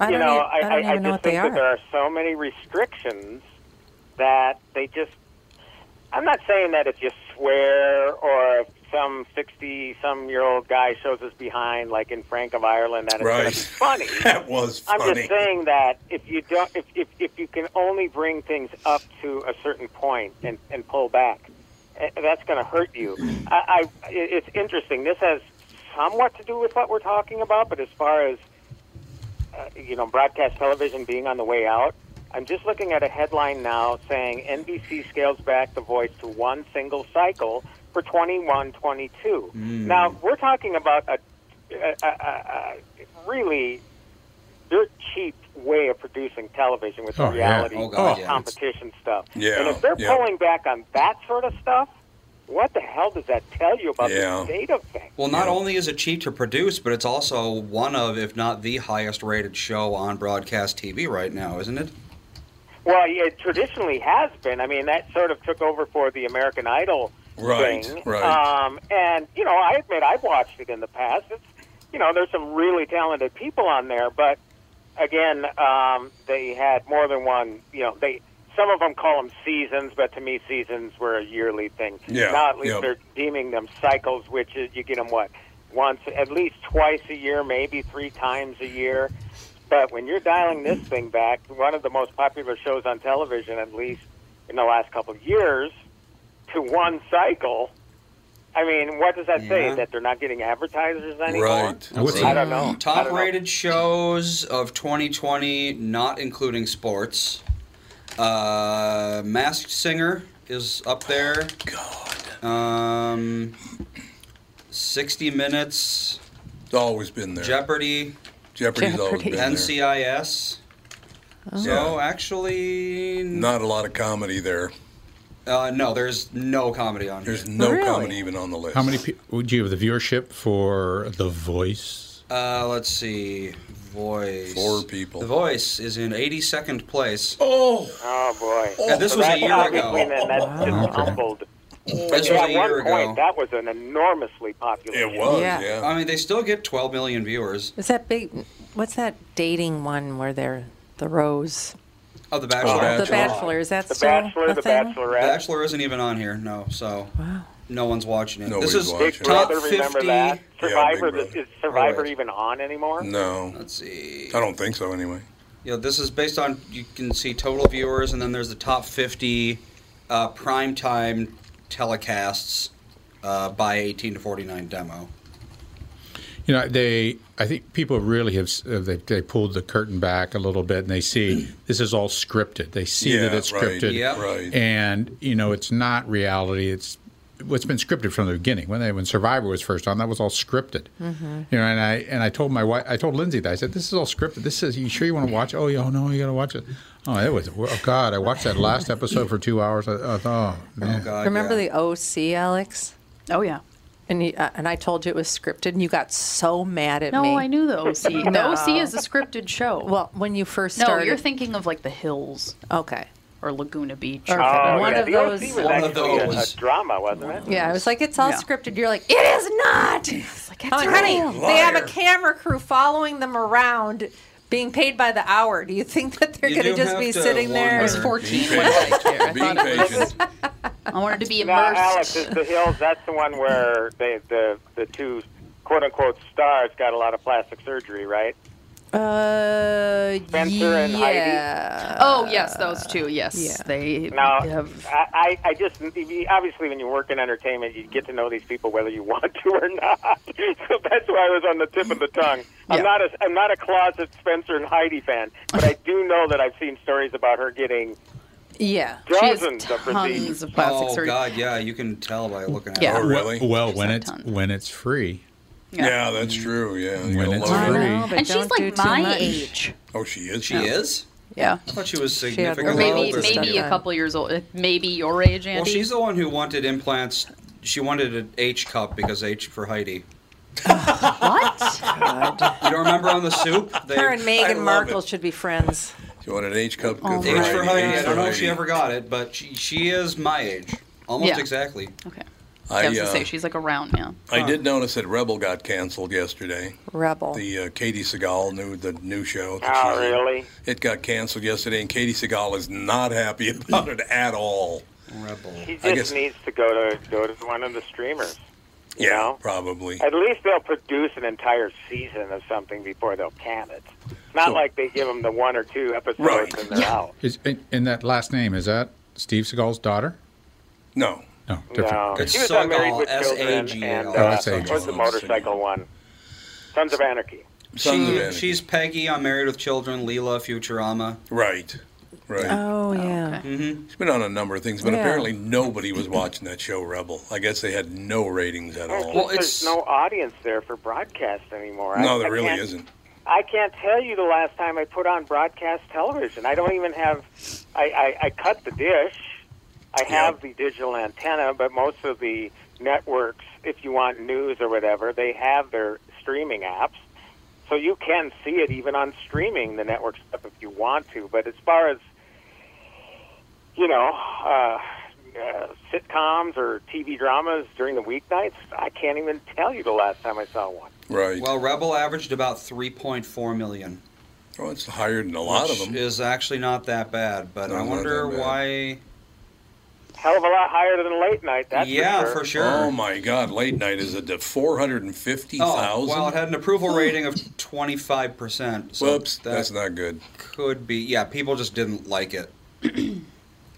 F: I
G: you
F: don't
G: know,
F: e-
G: I,
F: I don't even
G: I,
F: know
G: just think
F: what they
G: that uh,
F: are.
G: there are so many restrictions that they just. I'm not saying that if you swear or if some 60 some year old guy shows us behind, like in Frank of Ireland, that it's gonna
A: Right.
G: be funny.
A: that was funny.
G: I'm just saying that if you don't, if, if, if you can only bring things up to a certain point and, and pull back, eh, that's going to hurt you. I, I, it's interesting. This has somewhat to do with what we're talking about, but as far as uh, you know, broadcast television being on the way out, I'm just looking at a headline now saying NBC scales back The Voice to one single cycle for 21, 22.
J: Mm.
G: Now we're talking about a, a, a, a a really dirt cheap way of producing television with
J: Oh, yeah.
G: reality
J: Oh, God, yeah.
G: competition stuff.
J: Yeah,
G: and if they're
J: yeah.
G: pulling back on that sort of stuff, what the hell does that tell you about
I: Yeah.
G: the state of things?
I: Well, not only is it cheap to produce, but it's also one of, if not the highest rated show on broadcast TV right now, isn't it?
G: Well, it traditionally has been. I mean, that sort of took over for the American Idol
J: Right,
G: thing.
J: right.
G: Um, and you know, I admit I've watched it in the past. It's you know, there's some really talented people on there, but again, um, they had more than one. You know, they some of them call them seasons, but to me, seasons were a yearly thing.
J: Yeah,
G: Now at least
J: yeah.
G: they're deeming them cycles, which is you get them what once, at least twice a year, maybe three times a year. But when you're dialing this thing back, one of the most popular shows on television, at least in the last couple of years, to one cycle. I mean, what does that say? That they're not getting advertisers anymore? I don't know. I
I: Top
G: don't know.
I: rated shows of 2020, not including sports. Uh, Masked Singer is up there. God. Um, 60 Minutes.
A: It's always been there.
I: Jeopardy.
A: Jeopardy's always been there.
I: NCIS.
A: Oh.
I: So actually,
A: Not a lot of comedy there.
I: Uh, no, there's no comedy on
G: Oh.
A: There's
I: here.
A: no Really? comedy even on the list.
H: How many people would you have the viewership for The Voice?
I: Uh, let's see. Voice.
A: Four people.
I: The Voice is in 82nd place.
A: Oh.
G: Oh boy.
I: Yeah, this
G: So
I: was a
G: that's
I: year
G: obviously
I: ago.
G: Then that's just
I: Wow. Okay.
G: humbled.
I: This
G: Yeah,
I: was a
G: at one
I: year ago.
G: point, that was an enormously popular.
I: It
G: show.
F: was, Yeah. yeah.
I: I mean, they still get 12 million viewers.
F: Is that big? What's that dating one where they're the rose?
I: Oh, The Bachelor.
F: The Bachelor. Is that still a thing?
G: Bachelorette.
I: Bachelor isn't even on here. No, so
A: Uh,
I: no one's watching it.
A: Nobody's
I: this is
A: watching it.
I: top
G: Brother,
I: 50.
G: remember that? Survivor.
I: Big
G: is Survivor
I: Oh, wait.
G: even on anymore?
A: No.
I: Let's see.
A: I don't think so, anyway.
I: You know, this is based on you can see total viewers, and then there's the top 50 uh, prime time telecasts uh, by 18 to 49 demo.
H: You know, they. I think people really have. s- uh, They, they pulled the curtain back a little bit, and they see this is all scripted. They see that
A: Yeah,
H: it's
A: right,
H: scripted,
A: yep. right.
H: and you know it's not reality. It's what's been scripted from the beginning. When they when Survivor was first on, that was all scripted.
J: Mm-hmm.
H: You know, and I and I told my wife, I told Lindsay that I said, "This is all scripted. This is you sure you want to watch? it? Oh, yeah, oh no, you got to watch it. Oh, it was oh God, I watched that last episode for two hours. I, I thought, oh, man.
F: Remember the OC, Alex?
C: Oh yeah.
F: And you, uh, and I told you it was scripted, and you got so mad at
C: no,
F: me.
C: Oh, I knew the OC. The
F: No.
C: OC is a scripted show.
F: Well, when you first
C: no,
F: started.
C: you're thinking of like The Hills.
F: Okay.
C: Or Laguna Beach.
F: Okay.
C: Or
F: One
G: yeah,
F: of
G: the
F: those-
C: uh,
G: OC was
F: One of
G: actually a-
F: those.
G: a drama, wasn't it?
F: Yeah, I was like, it's all
G: Yeah.
F: scripted. You're like, it is not. I'm like, honey,
G: real.
F: they have a
G: Liar.
F: camera crew following them around, being paid by the hour. Do you think that they're
C: You
F: going
C: do
F: to just be
C: have to
F: sitting
C: wonder.
F: there?
C: It was 14 when I got there. I thought it was- I wanted to be immersed.
G: Now, Alex, is the Hills, that's the one where they, the, the two quote unquote stars got a lot of plastic surgery, right?
F: Uh,
G: Spencer and Heidi?
F: yeah.
C: Oh yes, those two. Yes, they
G: Now,
C: have.
G: I, I I just, obviously, when you work in entertainment, you get to know these people whether you want to or not. So that's why I was on the tip of the tongue. I'm, not a, I'm not a closet Spencer and Heidi fan, but I do know that I've seen stories about her getting
F: Yeah.
C: She has
G: Dozens of
C: tons of
I: oh
C: plastic surgery.
I: God, yeah, you can tell by looking at
C: Yeah.
I: it.
C: Oh, really?
H: Well, when it's when it's free.
C: Yeah. Yeah,
A: that's true. Yeah,
H: when it's
A: lower it.
H: free.
A: know, but
C: and she's
F: don't do
C: like
F: too
C: my
F: much.
C: age.
A: Oh, she is.
I: She is.
C: Yeah.
I: I thought she was
C: Or
I: significantly
C: maybe
I: older. than
C: maybe
I: you.
C: a couple years old. Maybe your age, Andy.
I: Well, she's the one who wanted implants. She wanted an H cup because H for Heidi. what? You don't remember on the soup? They-
F: Her and
I: I
F: Meghan
I: love
F: Markle
I: it.
F: should be friends.
A: You want an H cup? Good
I: H for Heidi. I don't know if she ever got it, but she, she is my age, almost
C: Yeah.
I: exactly.
C: Okay.
A: I,
C: I, was gonna
A: uh,
C: say she's like around now.
A: I did notice that Rebel got canceled yesterday.
F: Rebel.
A: The uh, Katie Seagal new the new show. that
G: Oh,
A: she's in.
G: really?
A: It got canceled yesterday, and Katie Seagal is not happy about it at all.
I: Rebel.
G: He
A: I
G: just
A: guess.
G: needs to go to go to one of the streamers.
A: yeah, probably.
G: At least they'll produce an entire season of something before they'll can it. Not
H: So-
G: like they give them the one or two episodes and they're out.
H: Is, and, and that last name is that Steve Seagal's daughter?
A: No.
H: No, different.
G: No,
H: Okay.
G: she was on Married with
I: S A
G: Children
I: G A L.
G: and
H: Oh,
G: uh,
H: that's Angel.
G: what's the motorcycle one? Sons of Anarchy.
I: She, she's Peggy on Married with Children, Leela, Futurama.
A: Right. Right.
F: Oh yeah.
I: Mm-hmm.
A: She's been on a number of things, but
F: Yeah.
A: apparently nobody was watching that show, Rebel. I guess they had no ratings at all.
G: Well, there's no audience there for broadcast anymore. I-
A: no, there
G: I
A: really
G: can't-
A: isn't.
G: I can't tell you the last time I put on broadcast television. I don't even have. I, I, I cut the dish. I have the digital antenna, but most of the networks, if you want news or whatever, they have their streaming apps. So you can see it even on streaming the network stuff if you want to. But as far as you know, uh, uh, sitcoms or TV dramas during the weeknights, I can't even tell you the last time I saw one.
A: Right.
I: Well, Rebel averaged about 3.4 million.
A: Oh, it's higher than a lot of
I: which
A: them.
I: Is actually not that bad, but uh,
A: No,
I: I
A: not
I: wonder
A: that bad.
I: why.
G: Hell of a lot higher than late night. That's
I: Yeah, for sure.
A: Oh my God, late night is at the four hundred and fifty
I: Oh,
A: thousand.
I: well, it had an approval rating of 25%. So
A: Whoops,
I: that
A: that's not good.
I: Could be. Yeah, people just didn't like it.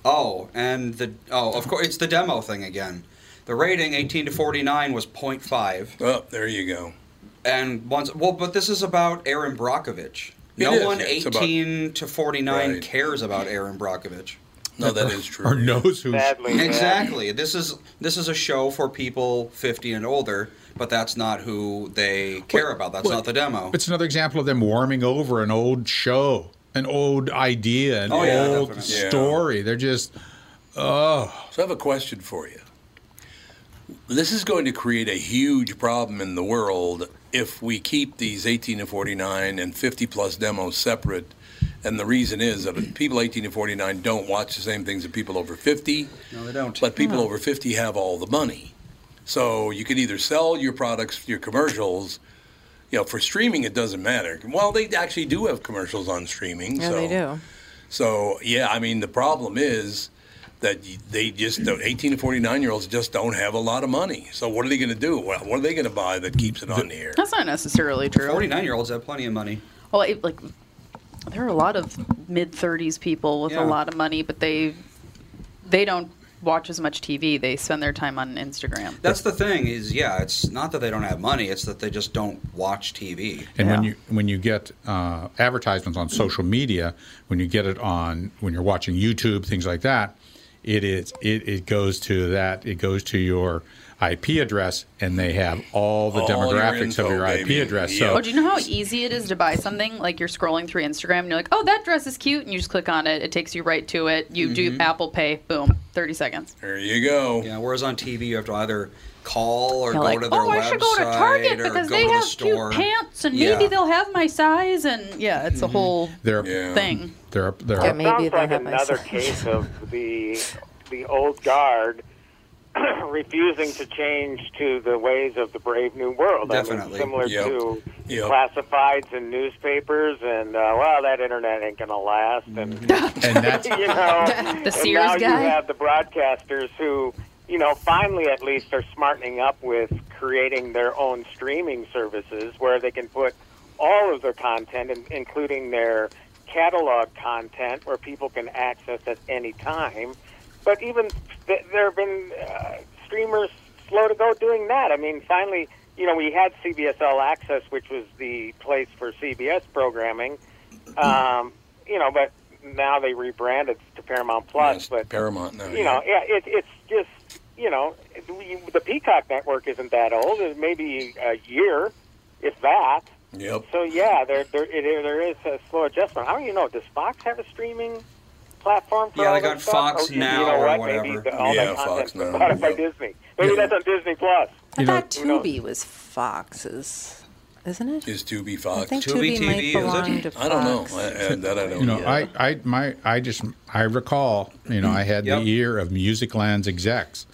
I: oh, and the. Oh, of course, it's the demo thing again. The rating, 18 to 49, was 0.5.
A: Oh, there you go.
I: And once, well, but this is about Aaron Brockovich.
A: It
I: No
A: is,
I: one
A: yeah, it's about-
I: 18 to 49
A: Right.
I: cares about Aaron Brockovich.
A: No, that is true.
H: Or knows who.
G: Sadly, yeah.
I: Exactly. This is this is a show for people 50 and older, but that's not who they care about. That's
H: well,
I: not the
A: Oh.
I: demo.
H: It's another example of them warming over an old show, an old idea, an
I: Oh, yeah,
H: old
I: definitely.
A: Yeah.
H: story. They're just oh,
A: So I have a question for you. This is going to create a huge problem in the world if we keep these 18 to 49 and 50 plus demos separate. And the reason is that people 18 to 49 don't watch the same things that people over 50,
I: No, they don't.
A: but people over 50 have all the money. So you can either sell your products, your commercials. You know, for streaming, it doesn't matter. Well, they actually do have commercials on streaming.
F: Yeah,
A: so.
F: they do.
A: So yeah, I mean the problem is that y- they just don't, 18 to 49 year olds just don't have a lot of money. So what are they going to do? What what are they going to buy that keeps it on the air?
C: That's not necessarily true.
I: 49 year olds have plenty of money.
C: Well, it, like there are a lot of mid thirties people with
I: Yeah.
C: a lot of money, but they they don't watch as much TV. They spend their time on Instagram.
I: That's the thing is, yeah, it's not that they don't have money, it's that they just don't watch TV.
H: And when you when you get uh, advertisements on social media, when you get it on when you're watching YouTube, things like that, it is it, it goes to that it goes to your IP address, and they have all the
A: All your
H: demographics
A: info,
H: of your
A: baby.
H: IP address.
C: Oh,
H: So
C: do you know how easy it is to buy something? Like you're scrolling through Instagram and you're like, "Oh, that dress is cute," and you just click on it. It takes you right to it. You do Apple Pay, boom, thirty seconds.
A: There you go.
I: Yeah, whereas on TV you have to either call or
C: You're
I: go
C: like,
I: to their
C: "Oh, I
I: website
C: should go to Target
I: or
C: because
I: go
C: they
I: to the
C: have
I: store.
C: cute pants, and
I: Yeah.
C: maybe they'll have my size." And yeah, it's a whole
H: they're
C: thing.
H: they're they're
F: Yeah, maybe
G: sounds
F: they
G: like
F: have my
G: another
F: size.
G: case of the the old guard refusing to change to the ways of the brave new world. I mean,
I: Definitely.
G: similar
A: Yep.
G: to
A: Yep.
G: classifieds and newspapers, and uh, well, that internet ain't gonna last. And
H: and that's
G: you know,
C: The
G: and
C: Sears
G: now
C: guy?
G: you have the broadcasters who, you know, finally at least are smartening up with creating their own streaming services where they can put all of their content, in- including their catalog content, where people can access at any time. But even th- there have been uh, streamers slow to go doing that. I mean, finally, you know, we had CBS All Access, which was the place for CBS programming. Um, you know, but now they rebranded to Paramount Plus, but
A: Paramount now.
G: you know, yeah, it, it's just you know, it- we, the Peacock network isn't that old. It's maybe a year, if that.
A: Yep.
G: So yeah, there there it, there is a slow adjustment. I don't even know. Does Fox have a streaming platform for
I: Yeah,
G: all
I: they
G: this
I: got
G: stuff?
I: Fox
G: Or, you-
I: Now
G: you know
I: or
G: what? Maybe
I: whatever.
G: the, all
I: Yeah,
G: that content's
I: Fox Now,
G: bought up by
I: yep.
G: Disney. Maybe
A: Yeah.
G: that's on Disney Plus.
F: I thought
G: Who knows?
F: Tubi was Fox's, isn't it?
A: Is Tubi Fox?
F: I think Tubi Tubi might TV, is it? belong to
A: I don't know.
F: Fox.
A: I, I, that I don't
H: You know,
A: know.
H: I, I, my, I just, I recall, you know, I had the ear of Musicland's execs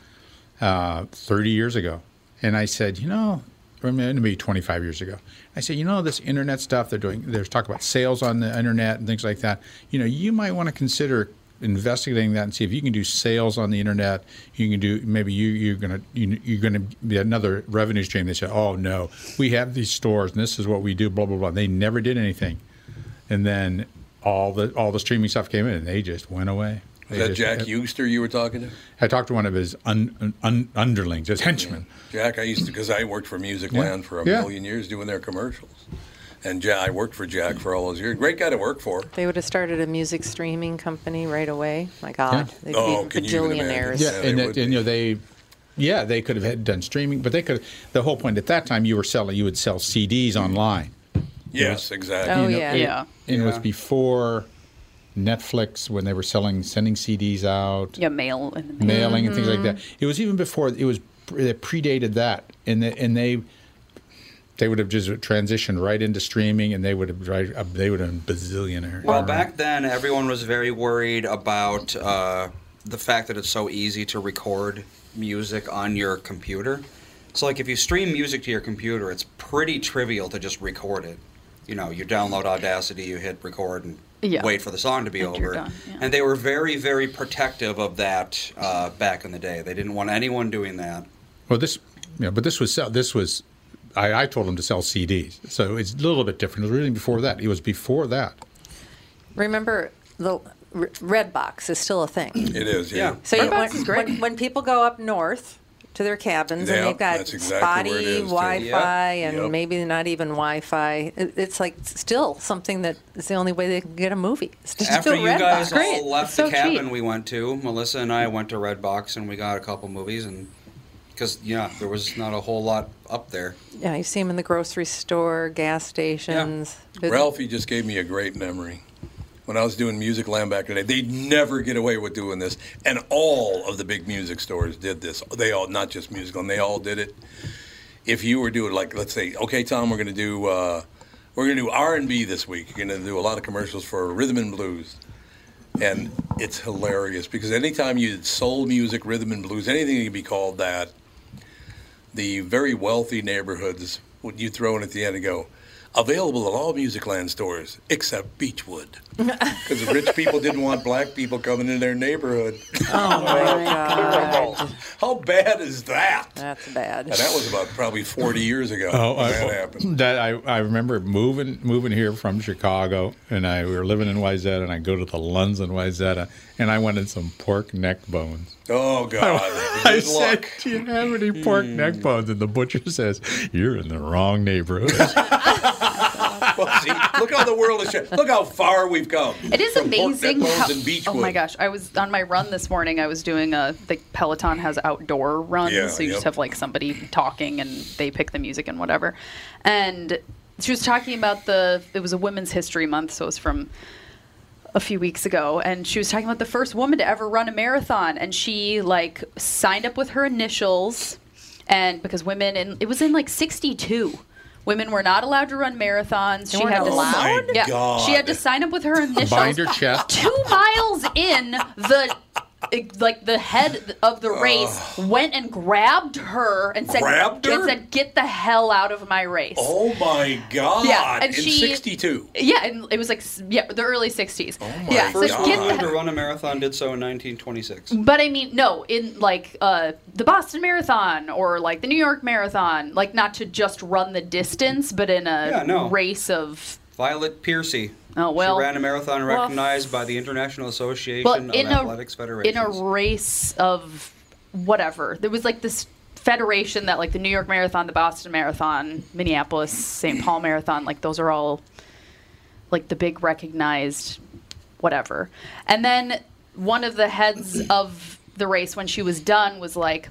H: uh, 30 years ago, and I said, you know, I mean, maybe 25 years ago, I said, you know, this internet stuff they're doing, there's talk about sales on the internet and things like that. You know, you might want to consider investigating that and see if you can do sales on the internet. You can do maybe you you're gonna you, you're gonna be another revenue stream. They said, oh no, we have these stores and this is what we do. Blah blah blah. They never did anything and then all the all the streaming stuff came in, and they just went away.
A: Is
H: They
A: that
H: just-
A: Jack
H: I,
A: Euster you were talking to?
H: I talked to one of his un, un, underlings, his henchmen.
A: Jack, I used to because I worked for Music
H: Yeah.
A: Land for a
H: Yeah.
A: million years doing their commercials, and ja I worked for Jack for all those years. Great guy to work for.
F: They would have started a music streaming company right away. My God, they'd
A: Oh,
F: be
A: can you even imagine?
F: bajillionaires.
H: Yeah, and, that, and you know they, yeah, they could have had done streaming, but they could. The whole point at that time, you were selling, you would sell CDs online.
A: Yes, exactly.
F: Oh,
H: You know, it- and it was before Netflix when they were selling, sending CDs out.
C: Yeah, mail and Mm-hmm. the mail.
H: mailing and things like that. It was even before it was it predated that, and they, and they they would have just transitioned right into streaming, and they would have right, uh, they would have been bazillionaire.
I: Well, back then, everyone was very worried about uh, the fact that it's so easy to record music on your computer. So, like, if you stream music to your computer, it's pretty trivial to just record it. You know, you download Audacity, you hit record, and
C: Yeah.
I: wait for the song to be
C: And you're
I: over.
C: done,
I: And they were very, very protective of that uh, back in the day. They didn't want anyone doing that.
H: Well, this yeah, but this was sell- this was I, I told them to sell CDs, so it's a little bit different. It was really before that. It was before that.
F: Remember, the R- Red Box is still a thing.
A: It is, yeah.
F: So
A: Red
F: you,
A: Box
F: when, when, when people go up north to their cabins
A: Yeah,
F: and they've got
A: that's exactly where it
F: spotty
A: is, too.
F: Wi-Fi
A: Yep.
F: and
A: Yep.
F: maybe not even Wi-Fi, it, it's like still something that is the only way they can get a movie. It's just
I: After
F: through
I: you
F: Redbox.
I: guys
F: Great.
I: all left
F: It's
I: the
F: so
I: cabin
F: cheap.
I: we went to, Melissa and I went to Redbox and we got a couple movies and because yeah, there was not a whole lot up there.
F: Yeah, you see them in the grocery store, gas stations. It-
A: Ralphie just gave me a great memory. When I was doing Music Land back in the day, they'd never get away with doing this. And all of the big music stores did this. They all, not just Music Land, they all did it. If you were doing, like, let's say, okay, Tom, we're going to do, uh, we're going to do R&B this week. You're going to do a lot of commercials for rhythm and blues. And it's hilarious because anytime you did soul music, rhythm and blues, anything that could be called that, the very wealthy neighborhoods, would you throw in at the end and go, available at all music land stores except Beechwood. Because the rich people didn't want black people coming into their neighborhood.
F: Oh my
A: Terrible.
F: God.
A: How bad is that?
F: That's bad.
A: And that was about probably 40 years ago.
H: Oh,
A: when
H: I,
A: that happened.
H: that I, I remember moving moving here from Chicago, and I we were living in Wyzetta, and I go to the Lunds in Wyzetta, and I wanted some pork neck bones.
A: Oh, God.
H: I
A: Good
H: said,
A: luck.
H: "Do you have any pork neck bones?" And the butcher says, "You're in the wrong neighborhood."
A: Well, see, look how the world has changed. Look how far we've come.
C: It is
A: From pork neck
C: amazing
A: bones
C: how.
A: and
C: oh
A: Beechwood.
C: my gosh! I was on my run this morning. I was doing a. The Peloton has outdoor runs,
A: Yeah,
C: so you
A: yep.
C: just have like somebody talking and they pick the music and whatever. And she was talking about the. It was a Women's History Month, so it was from a few weeks ago and she was talking about the first woman to ever run a marathon and she like signed up with her initials and because women and it was in like 62 women were not allowed to run marathons
F: They
C: she
F: weren't
C: had to
F: allowed?
A: Oh my
C: yeah she had
A: God.
C: to sign up with her initials
H: Bind your chest.
C: two miles in the like the head of the race went and grabbed her and said
A: Grabbed her?
C: and said get the hell out of my race
A: Oh, my God.
C: Yeah, and
A: In
C: she-
A: 62.
C: yeah and it was like s- yeah the early 60s
A: my
C: yeah so
I: First
C: get the
I: woman to run a marathon did so in 1926.
C: But I mean, no, in like uh, the Boston Marathon or like the New York Marathon, like not to just run the distance, but in a
I: Yeah, no.
C: race of
I: Violet Piercy.
C: Oh, well.
I: she ran a marathon
C: Well,
I: recognized by the International Association
C: well
I: of
C: in a
I: Athletics
C: in
I: Federations.
C: a race of whatever. There was like this federation that like the New York Marathon, the Boston Marathon, Minneapolis, St. Paul Marathon, like those are all like the big recognized whatever. And then one of the heads of the race, when she was done, was like,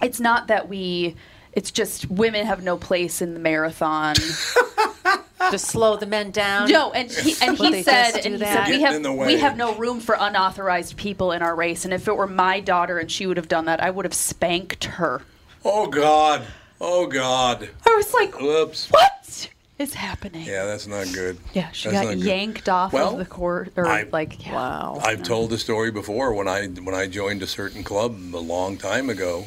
C: it's not that we, it's just women have no place in the marathon.
F: Just slow the men down.
C: No, and he, and
F: Will
C: he
F: they
C: said,
F: just
C: and
F: do
C: he
F: that?
C: said we
F: Getting in
C: have
F: the
C: we
F: way.
C: have no room for unauthorized people in our race. And if it were my daughter and she would have done that, I would have spanked her.
A: Oh God. Oh God.
C: I was like,
A: Oops.
C: What is happening?
A: Yeah, that's not good.
C: Yeah, she
A: That's
C: got
A: not good.
C: yanked off
A: Well,
C: of the court, or
A: I-
C: like, yeah. wow.
A: I've told the story before when I when I joined a certain club a long time ago.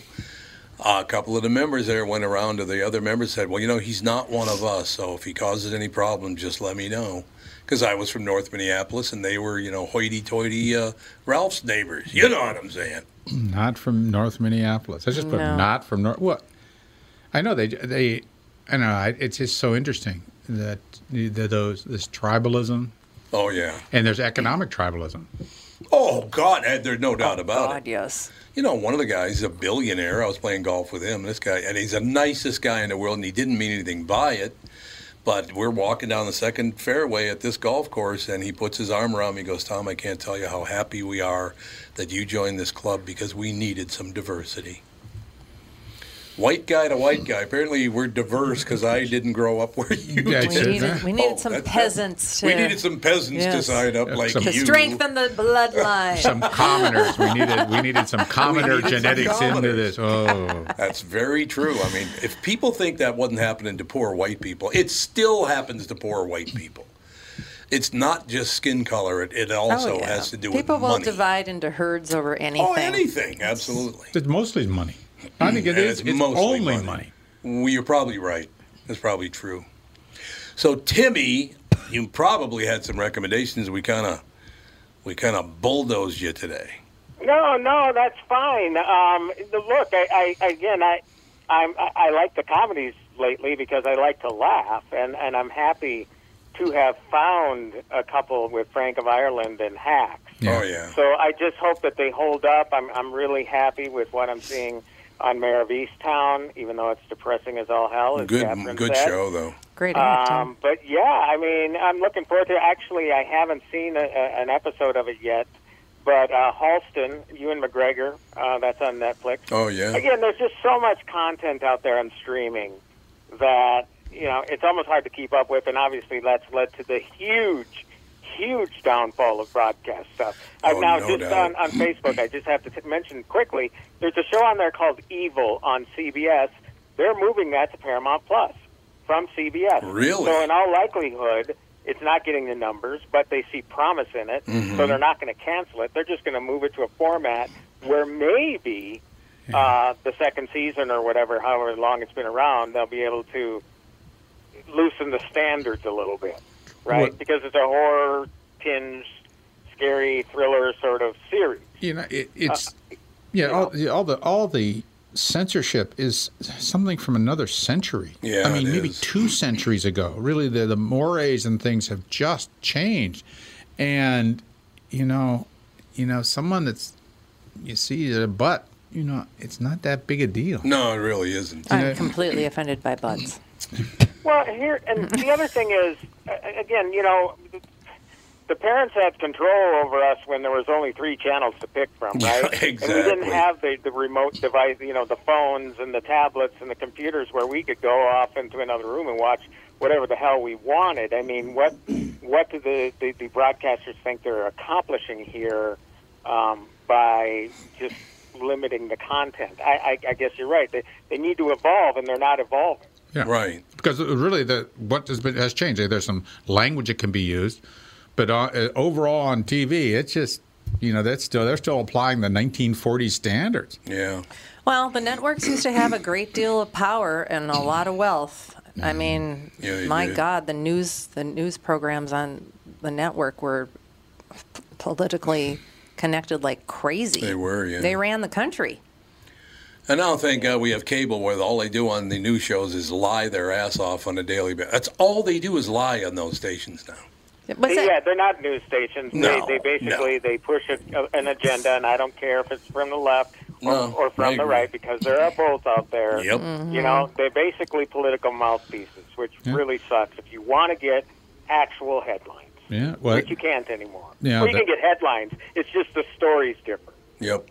A: A couple of the members there went around to the other members said, "Well, you know, he's not one of us. So if he causes any problem, just let me know." Because I was from North Minneapolis, and they were, you know, hoity-toity uh, Ralph's neighbors. You know what I'm saying?
H: Not from North Minneapolis. I just put
A: No.
H: not from North. What? I know they they. I know I, it's just so interesting that the, those this tribalism
A: Oh yeah.
H: and there's economic tribalism.
A: Oh God, eh, there's no doubt about it. Yes. You know, one of the guys, a billionaire. I was playing golf with him. and This guy, and he's the nicest guy in the world, and he didn't mean anything by it. But we're walking down the second fairway at this golf course, and he puts his arm around me. He goes, Tom, I can't tell you how happy we are that you joined this club because we needed some diversity. White guy to white guy. Apparently, we're diverse because I didn't grow up where you
F: We
A: did.
F: needed, we needed some
A: Oh, that's-
F: peasants to.
A: We needed some peasants to
F: Yes.
A: sign up like
H: some-
F: to
A: you.
F: strengthen the bloodline.
H: Some commoners. We needed we needed some commoner
A: needed some
H: genetics into
A: commoners.
H: this. Oh,
A: That's very true. I mean, if people think that wasn't happening to poor white people, it still happens to poor white people. It's not just skin color. It, it also
F: Oh, yeah.
A: has to do
F: People
A: with
F: will
A: money.
F: divide into herds over anything.
A: Oh, anything. Absolutely.
H: it's mostly money. I think it
A: And
H: is.
A: it's
H: It's,
A: mostly
H: only money.
A: Well, you're probably right. That's probably true. So Timmy, you probably had some recommendations. We kind of, we kind of bulldozed you today.
G: No, no, that's fine. Um, the- look, I, I again, I, I'm, I I like the comedies lately because I like to laugh, and and I'm happy to have found a couple with Frank of Ireland and Hack.
A: Oh yeah.
G: So I just hope that they hold up. I'm I'm really happy with what I'm seeing on Mayor of Easttown, even though it's depressing as all hell. As
A: Good,
G: Catherine
A: good
G: said.
A: show though.
F: Great
G: Um, but yeah, I mean, I'm looking forward to. Actually, I haven't seen a, a, an episode of it yet. But uh, Halston, Ewan McGregor, uh, that's on Netflix.
A: Oh yeah.
G: Again, there's just so much content out there on streaming that you know it's almost hard to keep up with, and obviously that's led to the huge, huge downfall of broadcast stuff. I've
A: Oh,
G: now
A: no
G: just
A: doubt.
G: on on Facebook. I just have to t- mention quickly. There's a show on there called Evil on CBS. They're moving that to Paramount Plus from CBS.
A: Really?
G: So in all likelihood. It's not getting the numbers, but they see promise in it,
A: Mhm.
G: so they're not going to cancel it. They're just going to move it to a format where maybe uh, the second season or whatever, however long it's been around, they'll be able to loosen the standards a little bit, right?
H: What-
G: Because it's a horror tinged, scary thriller sort of series.
H: You know, it, it's yeah. All, yeah, all the all the censorship is something from another century.
A: Yeah,
H: I mean,
A: it
H: maybe two centuries ago. Really, the the mores and things have just changed, and you know, you know, someone that's you see their butt. You know, it's not that big a deal.
A: No, it really isn't.
F: I'm completely offended by butts.
G: Well, here and the other thing is, a- again, you know, the parents had control over us when there was only three channels to pick from,
A: Yeah,
G: right? And we
A: exactly.
G: didn't have the, the remote device, you know, the phones and the tablets and the computers where we could go off into another room and watch whatever the hell we wanted. I mean, what what do the the, the broadcasters think they're accomplishing here um, by just limiting the content? I, I, I guess you're right. They they need to evolve, and they're not evolving.
H: Yeah.
A: Right.
H: Because really, the what has been has changed. There's some language that can be used, but uh, uh, overall on TV, it's just you know that's still they're still applying the 1940s standards.
A: Yeah.
F: Well, the networks used to have a great deal of power and a lot of wealth. I
A: Mm-hmm.
F: mean,
H: Yeah, they
F: my
H: did.
F: God, the news the news programs on the network were p- politically connected like crazy.
A: They were, yeah.
F: They ran the country.
A: And now, thank God, we have cable where all they do on the news shows is lie their ass off on a daily basis. That's all they do is lie on those stations now.
G: yeah, they're not news stations.
A: No,
G: they, they basically they push a, an agenda, and I don't care if it's from the left or,
A: No,
G: or
A: I
G: from the
A: agree.
G: right because there are both out there.
A: Yep. Mhm.
G: You know, they're basically political mouthpieces, which really sucks. If you want to get actual headlines,
H: Yeah. Well,
G: which you can't anymore.
H: Yeah,
G: or you
H: that-
G: can get headlines. It's just the story's different.
H: Yep.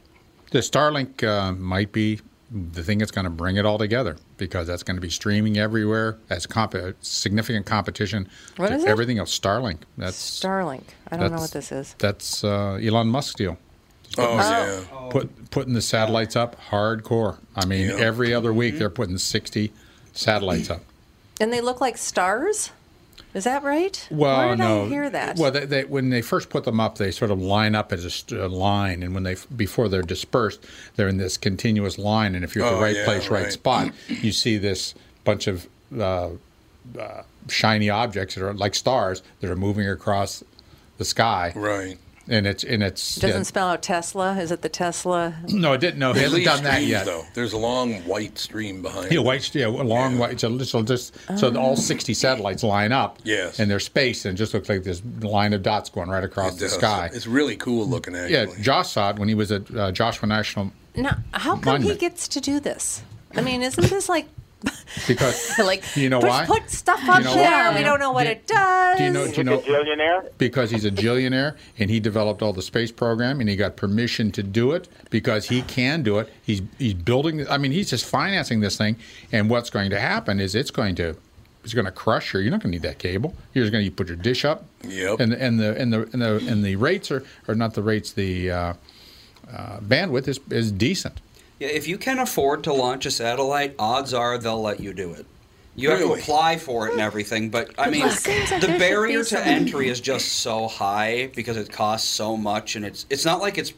H: The Starlink uh, might be the thing that's going to bring it all together because that's going to be streaming everywhere as comp- uh, significant competition
F: What
H: to
F: is it?
H: everything else. Starlink. That's
F: Starlink. I don't know
H: that's-
F: what this is.
H: That's uh, Elon Musk deal.
F: Oh, yeah.
H: Put, putting the satellites up hardcore. I mean,
F: Yeah.
H: every other week they're putting 60 satellites up.
F: And they look like stars? Is that right?
H: Well,
F: Where did
H: no.
F: I hear that?
H: Well, they, they, when they first put them up, they sort of line up as a st- a line, and when they before they're dispersed, they're in this continuous line. And if you're at
J: Oh,
H: the right
J: yeah,
H: place, right,
J: right.
H: spot, you see this bunch of uh, uh, shiny objects that are like stars that are moving across the sky. Right. And it's and it's
F: it doesn't spell out Tesla. Is it the Tesla?
H: no, I didn't know. He
A: They
H: hasn't
A: leave
H: done that
A: streams,
H: yet.
A: Though there's a long white stream behind.
H: Yeah, white, yeah, a long white. So, so just so that all sixty satellites line up.
A: Yes.
H: And they're spaced, and it just looks like this line of dots going right across
A: It
H: the
A: does.
H: sky.
A: It's really cool looking. Actually.
H: Yeah, Josh saw it when he was at uh, Joshua National
F: Now, how come
H: Monument.
F: he gets to do this? I mean, isn't this like
H: because
F: like
H: you know
F: push-
H: why?
F: put stuff
H: You
F: up
H: know
F: there?
H: why?
F: We don't know what
H: Do-
F: it does.
H: do you know? Do you know?
G: Billionaire.
H: Because he's a billionaire and he developed all the space program and he got permission to do it because he can do it. He's he's building. I mean, he's just financing this thing. And what's going to happen is it's going to it's going to crush you. You're not going to need that cable. You're just going to put your dish up.
A: Yep.
H: And and the and the and the and the rates are or not the rates the uh, uh, bandwidth is is decent.
I: Yeah, if you can afford to launch a satellite, odds are they'll let you do it. You have to
A: Really?
I: apply for it and everything, but I mean,
A: It seems like there should
I: the
A: be
I: barrier to
A: some-
I: entry is just so high because it costs so much, and it's it's not like it's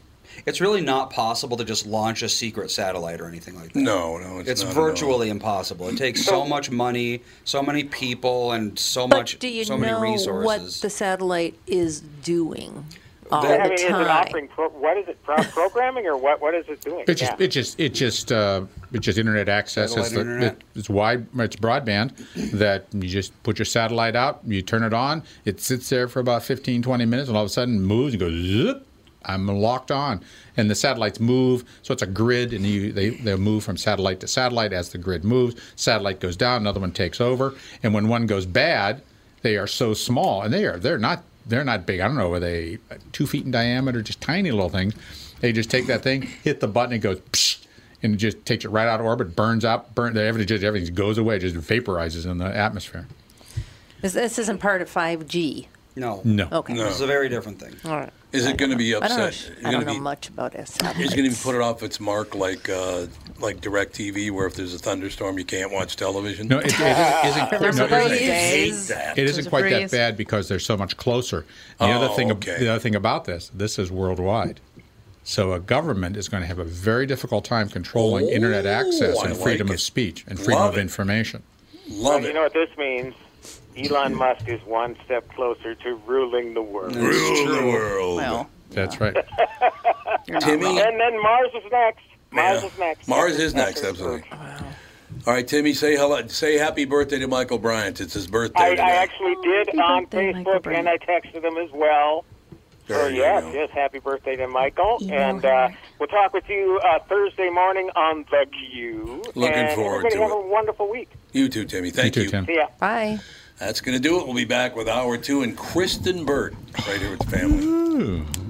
I: it's really not possible to just launch a secret satellite or anything like that.
A: No, no, it's
I: it's
A: not at all.
I: virtually impossible. It takes so much money, so many people, and so much
F: but do you
I: so
F: know
I: many resources.
F: what the satellite is doing all
I: That-
F: the
I: I mean, is it
F: time?
G: Offering pro- what is it? Pro- programming or what? What is it doing?
H: It's just,
G: Yeah.
H: it's just, it's just, uh, it's just internet access. It's,
G: Satellite
H: the-
G: internet.
H: it's wide, it's broadband that you just put your satellite out, you turn it on, it sits there for about 15, 20 minutes, and all of a sudden moves and goes, zip, I'm locked on. And the satellites move, so it's a grid, and you, they, they move from satellite to satellite as the grid moves. Satellite goes down, another one takes over, and when one goes bad, they are so small, and they are, they're not, they're not big. I don't know, are they two feet in diameter, just tiny little things? They just take that thing, hit the button, it goes, psh, and it just takes it right out of orbit, burns out, burn the everything just everything just goes away, just vaporizes in the atmosphere.
F: This, this isn't part of 5G.
I: No.
H: No.
F: Okay.
A: No.
I: This is a very different thing.
F: All right.
A: Is it going to be
F: I don't know,
A: upset?
F: sh-
A: It's
F: I
A: gonna
F: don't know
A: be-
F: much about it.
A: It's going to be put it off its mark like uh, like Directv, where if there's a thunderstorm, you can't watch television.
H: No, it, it isn't. isn't
A: Remember
H: no,
A: those
H: it isn't-
A: days? Those
H: It isn't
A: were
H: quite that
A: breeze.
H: bad because they're so much closer. The other
A: Oh,
H: thing, ab-
A: okay.
H: the other thing about this, this is worldwide. So a government is going to have a very difficult time controlling internet access
G: I
H: and
G: like
H: freedom
G: it.
H: of speech and freedom
G: Love
H: of
G: it.
H: information.
G: Well, you know what this means? Elon Musk is one step closer to ruling the world.
A: Rule the world. Well,
H: That's right.
A: Timmy,
G: And then Mars is next. Mars
A: Yeah.
G: is next.
A: Mars is next, absolutely. All right, Timmy, say hello. Say happy birthday to Michael Bryant. It's his birthday
G: I, I
A: today.
G: actually did
A: Happy
G: on
A: birthday, Michael
G: Facebook,
A: Brown.
G: and I texted him as well.
A: There
G: so
A: you
G: yeah,
A: go.
G: just happy birthday to Michael, and uh, we'll talk with you uh, Thursday morning on the Q.
A: Looking
G: and
A: forward
G: everybody
A: to
G: have
A: it.
G: a wonderful week.
A: You too, Timmy. Thank you.
G: See ya.
F: Bye.
A: That's going to do it. We'll be back with hour two and Kristen Burt right here with the family.